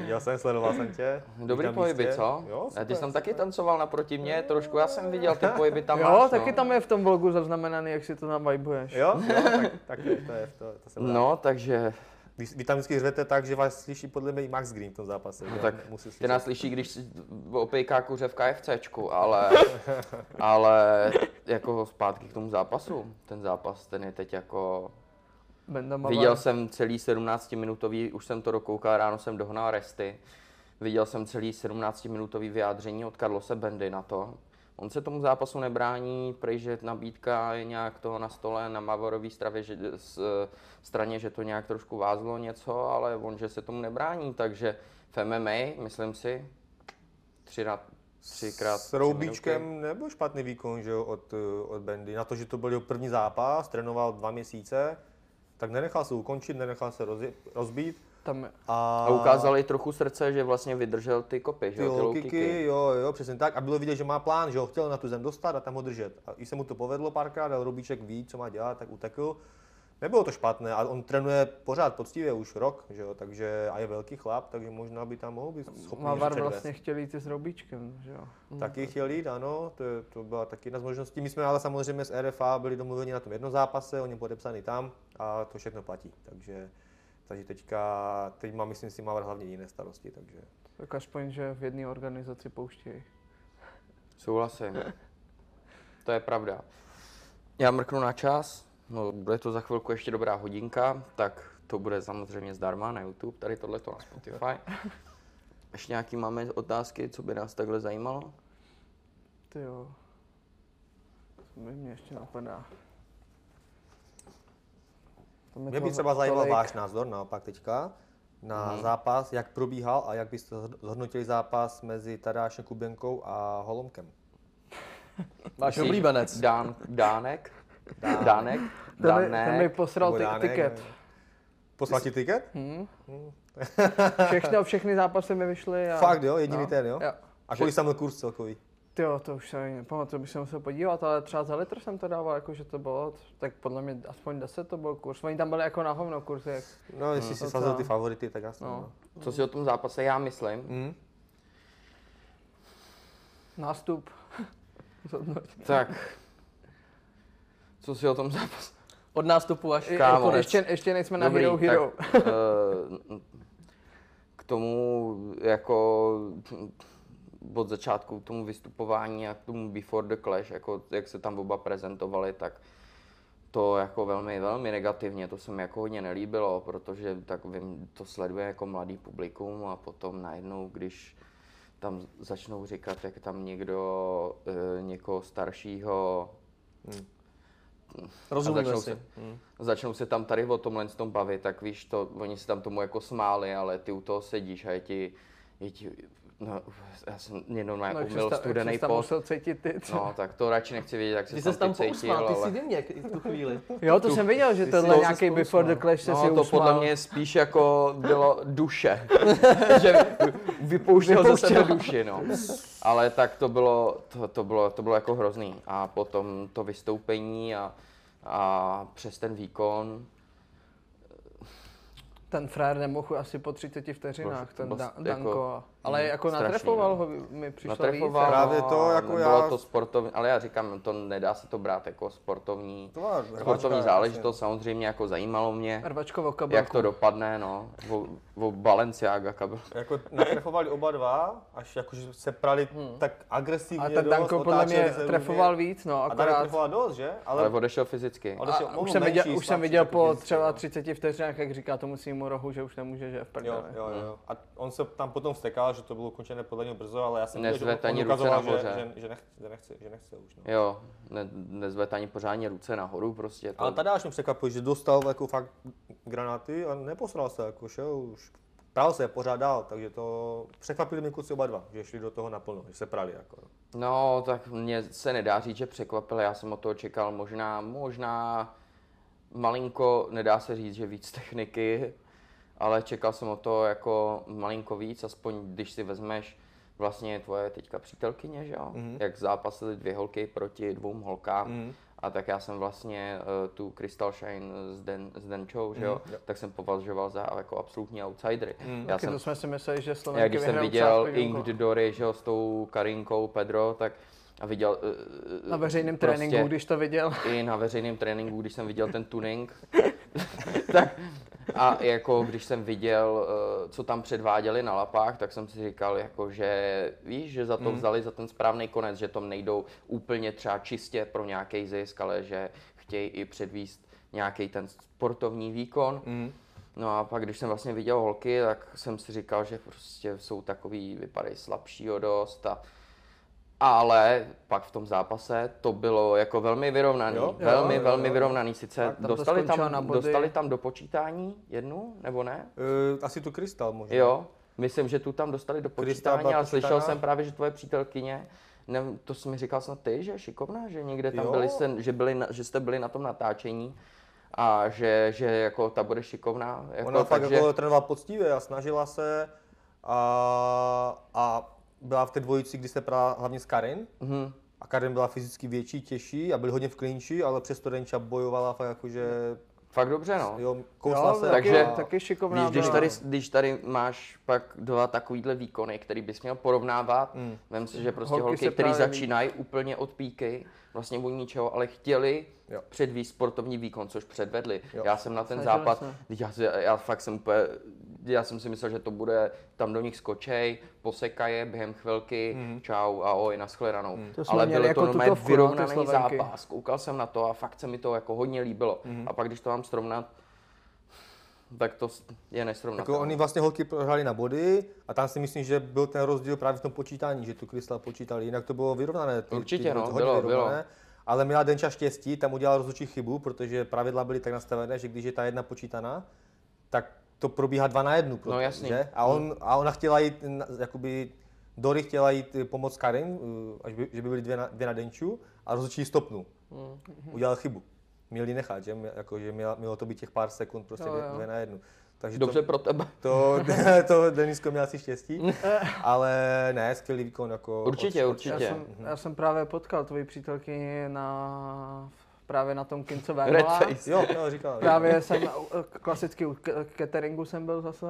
S1: Já jsem sledoval jsem tě.
S3: Dobrý
S1: Na
S3: pohyby,
S1: místě.
S3: co?
S1: Jo,
S3: a ty
S1: super,
S3: jsi tam taky tancoval naproti mě trošku, já jsem viděl ty pohyby tam
S2: jo,
S3: máš,
S2: taky
S3: no.
S2: tam je v tom vlogu zaznamenaný, jak si to tam vibuješ.
S1: Jo, jo, tak, tak to je, to, to se no.
S3: No, takže
S1: vy, vy, tam vždycky řvete tak, že vás slyší podle mě i Max Green v tom zápase. No,
S3: tak
S1: musí slyšet.
S3: ty nás slyší, když si opejká kuře v KFCčku, ale, ale jako zpátky k tomu zápasu. Ten zápas, ten je teď jako...
S2: Benda Mavar.
S3: Viděl jsem celý 17-minutový, už jsem to dokoukal, ráno jsem dohnal resty. Viděl jsem celý 17-minutový vyjádření od Carlose Bendy na to. On se tomu zápasu nebrání, prej, že nabídka je nějak toho na stole na Mavorové stravě, že, s, straně, že to nějak trošku vázlo něco, ale on, že se tomu nebrání, takže v MMA, myslím si, třikrát, třikrát.
S1: S
S3: tři minuty.
S1: Roubíčkem nebyl špatný výkon, že jo, od, eh, od Bendy. Na to, že to byl jeho první zápas, trénoval dva měsíce, tak nenechal se ukončit, nenechal se rozje- rozbít.
S2: Tam je.
S1: A,
S3: A ukázal i trochu srdce, že vlastně vydržel ty kopy, že
S1: ty
S3: jo,
S1: low
S3: low kicky.
S1: kicky, jo, jo, přesně tak. A bylo vidět, že má plán, že ho chtěl na tu zem dostat a tam ho držet. A i se mu to povedlo párkrát, ale Robíček ví, co má dělat, tak utekl. Nebylo to špatné, ale on trénuje pořád poctivě už rok, že jo, takže a je velký chlap, takže možná by tam mohl být schopný
S2: Mavar
S1: předvést.
S2: vlastně chtěl jít i s Roubíčkem, že jo.
S1: Taky chtěl jít, ano, to, je- to byla taky jedna z možností. My jsme ale samozřejmě s RFA byli domluveni na tom jednom zápase, on je podepsaný tam a to všechno platí. Takže, takže teďka, teď má, myslím si, má hlavně jiné starosti, takže
S2: Tak aspoň, že v jedné organizaci pouštějí.
S3: Souhlasím. To je pravda. Já mrknu na čas, no bude to za chvilku ještě dobrá hodinka, tak to bude samozřejmě zdarma na YouTube, tady tohleto na Spotify. Ještě nějaký máme otázky, co by nás takhle zajímalo?
S2: Ty jo. To mi mě ještě napadá. To
S1: Mě
S2: mi
S1: by
S2: toho
S1: třeba zajímal
S2: No tolik- Mhm.
S1: váš názor naopak teďka na zápas, jak probíhal a jak byste zhod- zhodnotili zápas mezi Tadášem Kubenkou a Holomkem.
S5: Váš
S3: Myslíš
S5: oblíbenec.
S3: Dán, Dánek? Dánek?
S2: Ten mi, ten mi
S3: Dánek?
S2: posral
S1: Nebo
S2: ty,
S1: Dánek,
S2: tiket. Hmm.
S1: nevím. Poslal ti tiket?
S2: Všechno, všechny zápasy mi vyšly. A...
S1: Fakt jo, jediný ten jo?
S2: No. jo.
S1: A kolik tam byl kurz celkový?
S2: Ty jo, to už se ani nepamatuju, bych se musel podívat, ale třeba za litr jsem to dával, jako že to bylo, t- tak podle mě aspoň 10 to byl kurz. Oni tam byli jako na hovno kurzy, jak...
S1: No, jestli si
S2: Docela.
S1: sazil ty favority, tak jasně.
S2: No.
S1: No.
S3: Co si o tom zápase já myslím?
S1: Mm.
S2: nástup.
S3: Tak, co si o tom zápase?
S5: Od nástupu až
S2: Je-
S3: Kámo,
S2: jako
S3: nec.
S2: ještě, ještě nejsme na
S3: Dobrý,
S2: Hero Hero.
S3: Tak, eh, k tomu jako od začátku k tomu vystupování a k tomu Before the Clash, jako jak se tam oba prezentovali, tak to jako velmi, velmi negativně, to se mi jako hodně nelíbilo, protože tak vím, to sleduje jako mladý publikum a potom najednou, když tam začnou říkat, jak tam někdo, eh, někoho staršího a
S5: Rozumíme
S3: začnou
S5: si.
S3: Se, Začnou se tam tady o tomhle tom bavit, tak víš, to, oni se tam tomu jako smáli, ale ty u toho sedíš a je ti, je ti no, já jsem jenom na
S2: No, jak
S3: umyl
S2: jsi ta- jak
S3: studený
S2: jsi tam
S3: pot.
S2: musel cítit ty. co?
S3: No, tak to radši nechci vědět, jak
S5: Ty
S3: se
S5: jsi
S3: tam
S5: tam
S3: ty cítil,
S5: pousmál, ty jsi
S3: ale...
S5: divně jak- v tu chvíli.
S2: Jo, to jsem viděl, že tohle
S5: jsi-
S2: nějaký
S5: jsi
S2: Before the Clash se si
S3: No, to podle
S2: usmál.
S3: mě spíš jako bylo duše. že vypouštěl ze sebe duši, no. Ale tak to bylo, to, to bylo, to bylo jako hrozný. A potom to vystoupení a, a přes ten výkon,
S2: Ten frajer nemohl asi po 30 vteřinách,
S3: Prostě
S2: ten
S3: to
S2: da-
S3: bylo
S2: Danko.
S3: jako-
S2: a- Ale jako
S3: strašný,
S2: natrefoval
S3: no.
S2: ho, mi přišlo
S3: Natrefoval,
S2: víc.
S1: Právě to,
S3: a
S1: jako
S3: nebylo
S1: já-
S3: to sportovní, ale já říkám, to nedá se to brát jako sportovní,
S1: To byla
S3: sportovní
S1: rvačka,
S3: záležitost, samozřejmě jako zajímalo mě,
S2: Rvačko v okabelku.
S3: jak to dopadne, no, o, o Balenciaga kabel.
S1: Jako natrefovali oba dva, až jakože se prali tak agresivně
S2: Hmm. A ten
S1: dost,
S2: Danko podle mě
S1: otáčeli se
S2: trefoval
S1: různě.
S2: víc, no,
S1: A tady
S2: akorát.
S1: trefoval dost, že?
S3: Ale odešel fyzicky.
S1: ale
S2: A
S1: on
S2: už
S1: byl
S2: jsem,
S1: menší,
S2: viděl, už jsem
S1: slabší,
S2: viděl
S1: jako
S2: po
S1: fyzicky,
S2: třeba
S1: jo.
S2: 30 vteřinách, jak říká tomu svýmu rohu, že už nemůže, že je v
S1: Jo,
S2: prdele.
S1: jo, jo. A on se tam potom vstekal, že to bylo ukončené podle něho brzo, ale já jsem viděl, že
S3: Nezvedl
S1: on- on
S3: ani ruce
S1: ukazoval,
S3: na
S1: že,
S3: moře.
S1: že, že, nechce, že nechce, že nechce už. No.
S3: Jo, ne, nezvedl ani pořádně ruce nahoru prostě. To,
S1: Ale Tadáš mě překvapil, že dostal jako fakt granáty a neposral se, jako šel už. Prál se pořád dál, takže to překvapili mě kluci oba dva, že šli do toho naplno, že se prali. Jako. no.
S3: No, tak mně se nedá říct, že překvapil. Já jsem od toho čekal možná, možná malinko, nedá se říct, že víc techniky, ale čekal jsem od toho jako malinko víc, aspoň když si vezmeš vlastně tvoje teďka přítelkyně, že jo? Mm-hmm. Jak zápasily dvě holky proti dvou holkám. Mm-hmm. A tak já jsem vlastně eh, tu Crystal Shine s, Den, s Denčou, že jo? Mm-hmm. Tak jsem považoval za jako absolutní outsidery. Mm-hmm. Já
S2: Taky
S3: jsem
S2: to jsme si mysleli, že
S3: já
S2: Slovenky
S3: když jsem
S2: vyhrajou
S3: viděl
S2: přátelku.
S3: Ink Dory, že jo, s tou Karinkou Pedro, tak a viděl... eh,
S2: Na veřejném
S3: prostě
S2: tréninku, když to viděl.
S3: I na veřejném tréninku, když jsem viděl ten tuning, tak a jako když jsem viděl, eh, co tam předváděli na lapách, tak jsem si říkal, jako, že víš, že za to
S1: Hmm.
S3: vzali za ten správný konec, že tom nejdou úplně třeba čistě pro nějaký zisk, ale že chtějí i předvíst nějaký ten sportovní výkon.
S1: Hmm.
S3: No a pak, když jsem vlastně viděl holky, tak jsem si říkal, že prostě jsou takový, vypadají slabší o dost a ale pak v tom zápase to bylo jako velmi vyrovnaný,
S1: Jo,
S3: jo,
S1: jo,
S3: velmi,
S1: jo, jo.
S3: velmi vyrovnaný. Sice
S2: Tak tam to
S3: dostali,
S2: skončilo
S3: tam,
S2: na body.
S3: dostali tam do počítání jednu, nebo ne?
S1: Eh, asi tu krystal možná.
S3: Jo, myslím, že tu tam dostali do
S1: Kristál
S3: počítání,
S1: byla
S3: ale slyšel
S1: počítaná.
S3: jsem právě, že tvoje přítelkyně, ne, to jsi mi říkal snad ty, že je šikovná, že někde tam
S1: Jo.
S3: byli, jste, že, byli na, že jste byli na tom natáčení a že, že jako ta bude šikovná. Jako,
S1: Ona fakt
S3: takže,
S1: jako trénovala poctivě a snažila se a, a byla v té dvojici, kdy se prala hlavně s Karin.
S3: Mhm.
S1: A Karin byla fyzicky větší, těžší a byl hodně v klinči, ale přesto Denča bojovala fakt jakože,
S3: fakt dobře, no.
S1: jo, kousla
S2: Jo,
S1: se.
S3: taky-
S1: a-
S2: taky šikovná
S3: Víš, když
S2: byla.
S3: tady, když tady máš pak dva takovýhle výkony, který bys měl porovnávat,
S1: Hmm.
S3: mm. vem si, že prostě
S2: Holky
S3: holky,
S2: se
S3: holky které
S2: právě
S3: začínají úplně od píky, vlastně od ničeho, ale chtěli
S1: Jo.
S3: předvíst sportovní výkon, což předvedli.
S1: Jo.
S3: Já jsem na ten
S2: Snažili
S3: západ,
S2: se.
S3: já, si- já fakt jsem úplně, já jsem si myslel, že to bude, tam do nich skočej, posekaje během chvilky, mm.
S1: Hmm.
S3: čau, ahoj, naschledanou. Mm.
S2: To jsme
S3: Ale
S2: měli
S3: byl
S2: jako
S3: to normálně
S2: tutovku, no, ty
S3: vyrovnaný
S2: Slovenky.
S3: zápas, koukal jsem na to a fakt se mi to jako hodně líbilo.
S1: Hmm.
S3: Mm. A pak, když to mám srovnat, tak to s- je
S1: Jako
S3: nesrovnatelné.
S1: oni vlastně holky prohráli na body a tam si myslím, že byl ten rozdíl právě v tom počítání, že tu Krystal počítali, jinak to bylo vyrovnané. Ty,
S3: Určitě,
S1: ty
S3: no,
S1: hodně
S3: bylo,
S1: vyrovnané. Ale měla Denča štěstí, tam udělala rozhodčí chybu, protože pravidla byly tak nastavené, že když je ta jedna počítaná, tak to probíhá dva na jednu. Proto,
S3: No, jasný. Hmm.
S1: Že? A, on, a ona chtěla jít, na- jakoby, Dory chtěla jít eh, pomoct Karin, eh, až by, že by byly dvě na, dvě na Denču a rozhodčí stopnul.
S3: Hmm.
S1: Udělal chybu. Měli nechat, že, Mě- jako, že měla, mělo to být těch pár sekund, prostě
S2: Jo,
S1: dvě,
S2: jo.
S1: dvě na jednu. Takže to-
S3: Dobře pro tebe.
S1: to, to Denisko měl asi štěstí, ale ne, skvělý výkon jako...
S3: Určitě,
S2: Já
S3: určitě.
S2: jsem, já jsem právě potkal tvoji přítelkyni na, právě na tom kincovém
S3: Red
S2: mala.
S3: face.
S1: Jo, jo, říkal.
S2: Právě jsem, u- klasicky u ke- cateringu jsem byl zase.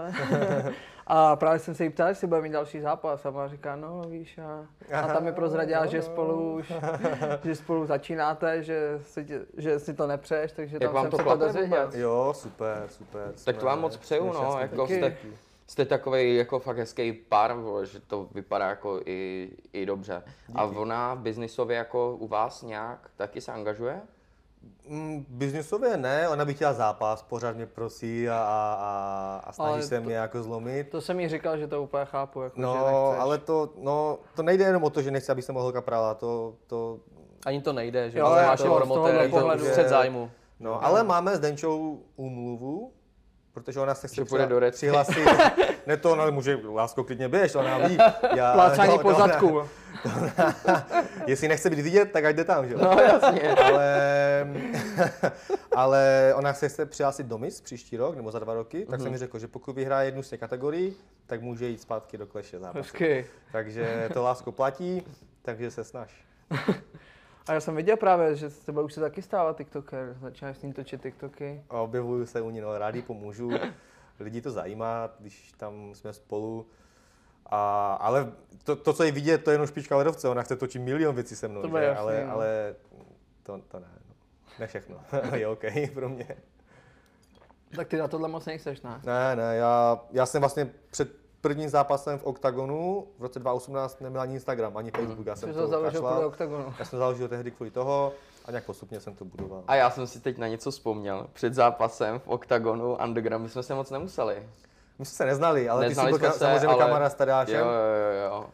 S2: A právě jsem se jí ptal, jestli bude mít další zápas. A ona říká, no víš, a, a tam mi prozradila,
S1: no,
S2: že spolu už, že spolu začínáte, že si, tě- že si to nepřeješ, takže
S3: Jak
S2: tam
S3: vám
S2: jsem
S3: to
S2: se to
S3: klapne
S2: dozvěděl.
S3: vůbec?
S1: Jo, super, super.
S3: Tak to vám moc přeju, no, jako jste, jste takový jako fakt hezký pár, vole, že to vypadá jako i, i dobře. A ona biznisově jako u vás nějak taky se angažuje?
S1: Mm, biznisově ne, ona by chtěla zápas, pořád mě prosí a, a, a, a snaží
S2: Ale
S1: se
S2: to-
S1: mě jako zlomit.
S2: To jsem jí říkal, že to úplně chápu, jako, že
S1: No,
S2: nechceš.
S1: ale to, no, to nejde jenom o to, že nechci, aby se mohl holka prala, to, to,
S5: Ani to nejde, že
S2: Jo,
S5: jo,
S2: ale
S5: máš
S2: to- z
S5: hormotér,
S2: tohohle
S5: to
S2: pohledu-
S5: střed zájmu.
S1: no, ale máme s Denčou úmluvu, protože ona se chce
S3: Že půjde do
S1: přihla-
S3: Red
S1: přihlásit. ne to, ona může, lásko, klidně běž, ona ví. Já,
S2: Plácání
S1: to-
S2: po
S1: to-
S2: zadku.
S1: Jestli nechce být vidět, tak ať jde tam, že jo?
S3: No jasně.
S1: Ale, ale ona se chce přihlásit do MIS příští rok nebo za dva roky, tak mm-hmm. jsem
S3: Mhm.
S1: mi řekl, že pokud vyhraje jednu z těch kategorií, tak může jít zpátky do kleše zápasu.
S2: Hezky.
S1: Takže to lásko platí, takže se snaž.
S2: A já jsem viděl právě, že s tebou už se taky stává TikToker. Začínáš s ním točit TikToky.
S1: A objevuju se u ní, no rádi pomůžu. Lidi to zajímá, když tam jsme spolu. A, ale to, to, co je vidět, to je jenom špička ledovce, ona chce točit milion věcí se mnou,
S2: To
S1: že?
S2: bude jasný,
S1: ale,
S2: no.
S1: ale to, to ne, no. ne všechno, je OK pro mě.
S2: Tak ty na tohle moc nejseš, ne?
S1: Ne, ne, já, já jsem vlastně před prvním zápasem v OKTAGONu v roce 2018 neměl ani Instagram, ani Facebook, já
S2: Jsi
S1: jsem
S2: to
S1: to
S2: založil kvůli
S1: kašlal.
S2: oktagonu.
S1: Já jsem založil tehdy kvůli toho a nějak postupně jsem to budoval.
S3: A já jsem si teď na něco vzpomněl. Před zápasem v OKTAGONu Underground my jsme se moc nemuseli.
S1: My jsme se neznali, ale
S3: Neznali
S1: ty jsi byl
S3: jsme
S1: ka-
S3: se,
S1: samozřejmě
S3: ale-
S1: kamarád s Tadášem.
S3: Jo, jo, jo, jo.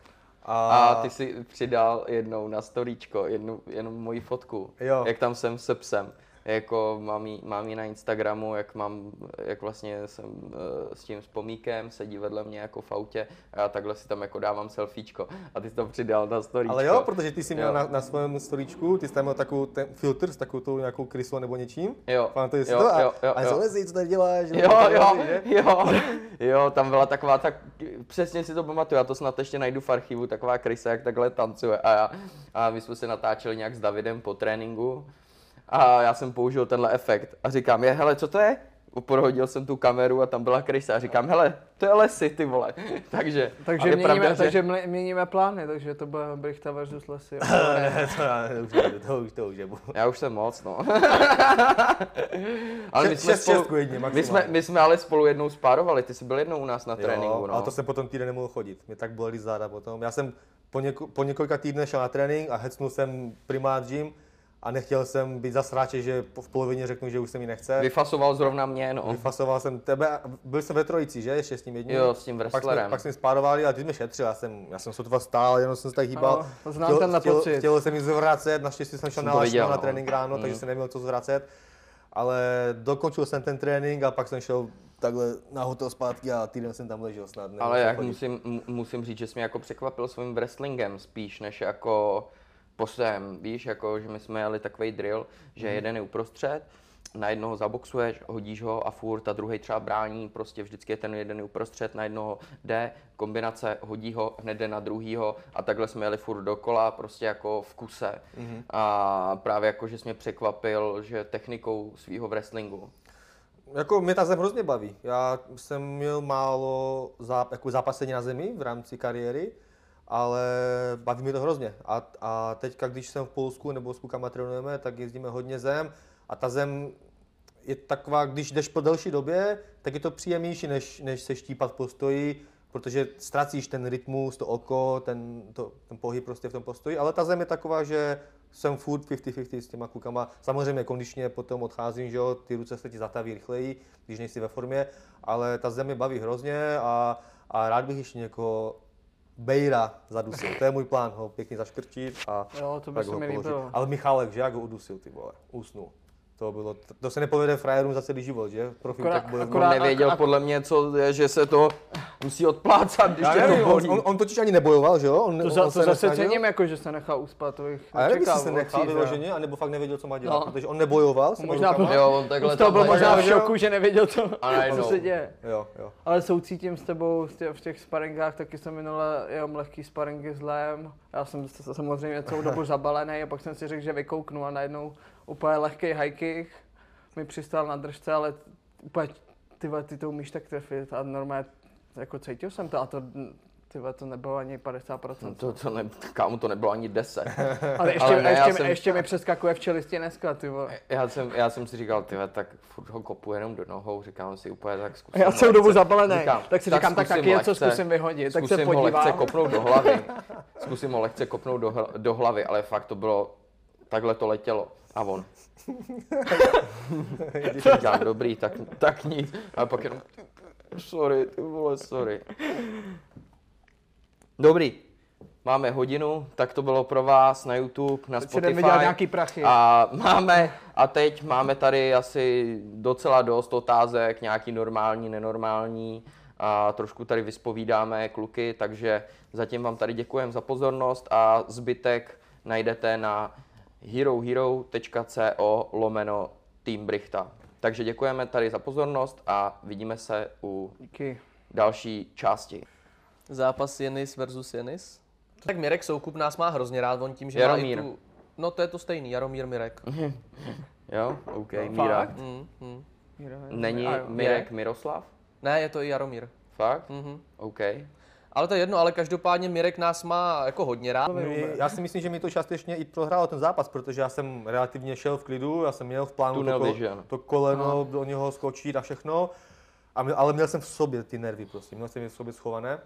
S3: A ty si přidal jednou na storíčko, jednu, jenom moji fotku,
S1: Jo.
S3: jak tam jsem se psem. Jako mám jí, mám jí na Instagramu, jak mám, jak vlastně jsem eh, s tím spomíkem, sedí vedle mě jako v autě a já takhle si tam jako dávám selfiečko a ty jsi to přidal na storíčko.
S1: Ale jo, protože ty jsi měl
S3: Jo.
S1: na, na svém storíčku, ty jsi tam měl takovou ten filtr s takovou tou nějakou krysou nebo něčím.
S3: Jo,
S1: Pamatuješ si
S3: jo,
S1: to? A,
S3: jo, jo,
S1: a
S3: jo.
S1: zalezi, co tady děláš?
S3: Jo,
S1: to
S3: jo,
S1: zalezi, že?
S3: jo, jo, tam byla taková, tak přesně si to pamatuju, já to snad ještě najdu v archivu, taková krysa, jak takhle tancuje a, já, a my jsme se natáčeli nějak s Davidem po tréninku a já jsem použil tenhle efekt a říkám, je, hele, co to je? Prohodil jsem tu kameru a tam byla krysa a říkám, hele, to je lesy, ty vole, takže,
S2: Takže,
S3: ale je
S2: měníme,
S3: pravda, že-
S2: takže mle- měníme plány, takže to bude Brichta versus Lesy.
S1: Ne, to, já, to, už, nejde, to, už, to už je bu-
S3: Já už jsem moc, no. ale my
S1: Šest-
S3: jsme,
S1: šest
S3: spolu,
S1: šestku jedně
S3: my, jsme,
S1: maximálně.
S3: my jsme ale spolu jednou spárovali, ty jsi byl jednou u nás na tréninku, no.
S1: ale to jsem potom týden nemohl chodit, mě tak bolely záda potom. Já jsem po, něko, po několika týdnech šel na trénink a hecnul jsem primát gym a nechtěl jsem být zasráče, že po- v polovině řeknu, že už se mi nechce.
S3: Vyfasoval zrovna mě, no.
S1: Vyfasoval jsem tebe, a byl jsem ve trojici, že? Ještě s ním jedním.
S3: Jo, s tím
S1: Pak jsme,
S3: wrestlerem.
S1: pak jsme spárovali a ty jsi mě šetřil, já jsem, já jsem sotva stál, jenom jsem se tak hýbal.
S2: Ano, to znám tenhle
S1: chtěl,
S2: pocit.
S1: chtěl jsem jít zvracet, naštěstí jsem šel
S3: Jsem
S1: na
S3: to
S1: lačno,
S3: viděl,
S1: na
S3: no.
S1: trénink ráno, takže jsem neměl co zvracet. Ale dokončil jsem ten trénink a pak jsem šel takhle na hotel zpátky a týden jsem tam ležel snad. nemohl
S3: Ale
S1: jsem
S3: jak
S1: chodit.
S3: musím, mu- musím říct, že jsi mě jako překvapil svým wrestlingem spíš, než jako posem, víš, jako, že my jsme jeli takový drill, že jeden je uprostřed, na jednoho zaboxuješ, hodíš ho a furt, a druhý třeba brání, prostě vždycky je ten jeden je uprostřed, na jednoho jde, kombinace, hodí ho, hned jde na druhýho a takhle jsme jeli furt dokola, prostě jako v kuse. A právě jako, že jsi mě překvapil, že technikou svého wrestlingu.
S1: Jako mě ta zem hrozně baví. Já jsem měl málo záp- jako zápasení na zemi v rámci kariéry, ale baví mě to hrozně. A, a teďka, když jsem v Polsku nebo s klukama trénujeme, tak jezdíme hodně zem a ta zem je taková, když jdeš po delší době, tak je to příjemnější, než, než se štípat v postoji, protože ztracíš ten rytmus, to oko, ten, to, ten pohyb prostě v tom postoji, ale ta zem je taková, že jsem furt 50-50 s těma klukama. Samozřejmě kondičně potom odcházím, že jo, ty ruce se ti zataví rychleji, když nejsi ve formě, ale ta zem mě baví hrozně a, a rád bych ještě někoho Bejra zadusil. To je můj plán, ho pěkně zaškrtit a
S2: Jo, to by
S1: tak
S2: se
S1: ho
S2: mi
S1: položit.
S2: líbilo.
S1: Ale Michálek, že jak ho udusil, ty vole, usnul. To, bylo, to, to se nepovede frajerům za celý život, že? Profil
S2: Akorát-
S1: tak bude
S2: akorát-
S3: On
S2: Akorát-
S3: nevěděl
S2: ak- ak-
S3: podle mě, co je, že se to musí odplácat, když
S1: Já
S3: tě
S1: nevím,
S3: to bolí.
S1: on, on, on, totiž ani nebojoval, že jo? On,
S2: To,
S1: on,
S2: za,
S1: on
S2: to zase
S1: nesnažil.
S2: cením, jako, že se nechal uspat, to bych
S1: A já nevím, jestli
S2: nečekal
S1: se
S2: od no.
S1: nechal
S2: Cíze.
S1: vyloženě, anebo fakt nevěděl, co má dělat,
S2: No.
S1: protože on nebojoval. s
S2: Možná
S1: rukama.
S2: byl-
S3: Jo, No, on takhle
S2: To byl
S3: tam-
S2: možná v
S1: Jo, jo.
S2: šoku, že nevěděl, co,
S3: A najednou.
S2: co se děje.
S1: Jo, jo.
S2: Ale soucítím s tebou v tě- v těch sparingách, taky jsem minule jenom lehký sparingy s Lem. Já jsem s- samozřejmě celou dobu zabalený a pak jsem si řekl, že vykouknu a najednou úplně lehký high kick mi přistál na držce, ale t- úplně ty, vole, ty to umíš tak trefit a normálně jako cítil jsem to a to ty vole, to nebylo ani 50%.
S3: No, To, to ne, kámo, to nebylo ani 10.
S2: Ale ještě,
S3: Ale
S2: ale
S3: ne,
S2: ne,
S3: já
S2: ještě,
S3: jsem-
S2: jsem... ještě mi přeskakuje v čelisti dneska, ty vole.
S3: Já jsem, já jsem si říkal, ty tak furt ho kopu jenom do nohou, říkám si úplně tak zkusím.
S2: Já
S3: ho
S2: celou
S3: Eh, lehce-
S2: dobu zabalený,
S3: říkám,
S2: tak si říkám, tak
S3: zkusím
S2: taky něco
S3: lehce-
S2: zkusím vyhodit, tak se
S3: zkusím ho lehce
S2: podívám.
S3: kopnout do hlavy. Zkusím ho lehce kopnout do, hl- do hlavy, ale fakt to bylo, takhle to letělo. A on. Říkám, dobrý, tak, tak nic. A pak jenom, sorry, ty vole, sorry. Dobrý, máme hodinu, tak to bylo pro vás na YouTube, na
S2: si jdeme
S3: Spotify.
S2: dělat nějaký prachy.
S3: A máme, a teď máme tady asi docela dost otázek, nějaký normální, nenormální. A trošku tady vyspovídáme kluky, takže zatím vám tady děkujeme za pozornost a zbytek najdete na herohero.co lomeno Team Brichta. Takže děkujeme tady za pozornost a vidíme se u
S2: Díky.
S3: další části.
S5: Zápas Jenis versus Jenis. Tak Mirek Soukup nás má hrozně rád, on tím, že
S3: Jaromír. Mhm.
S5: má i tu... No to je to stejný, Jaromír Mirek.
S3: Jo, OK, Míra.
S2: fakt?
S5: Mm, mm.
S2: Míra,
S3: Není
S2: A jo.
S3: Mirek Miroslav?
S5: Ne, je to i Jaromír.
S3: Fakt?
S5: Mhm.
S3: OK.
S5: Ale to je jedno, ale každopádně Mirek nás má jako hodně rád.
S1: My, já si myslím, že mi to částečně i prohrálo ten zápas, protože já jsem relativně šel v klidu, já jsem měl v plánu
S3: Tunnel
S1: to,
S3: vision.
S1: to koleno do něho skočit a všechno, a my, ale měl jsem v sobě ty nervy prostě, měl jsem je v sobě schované.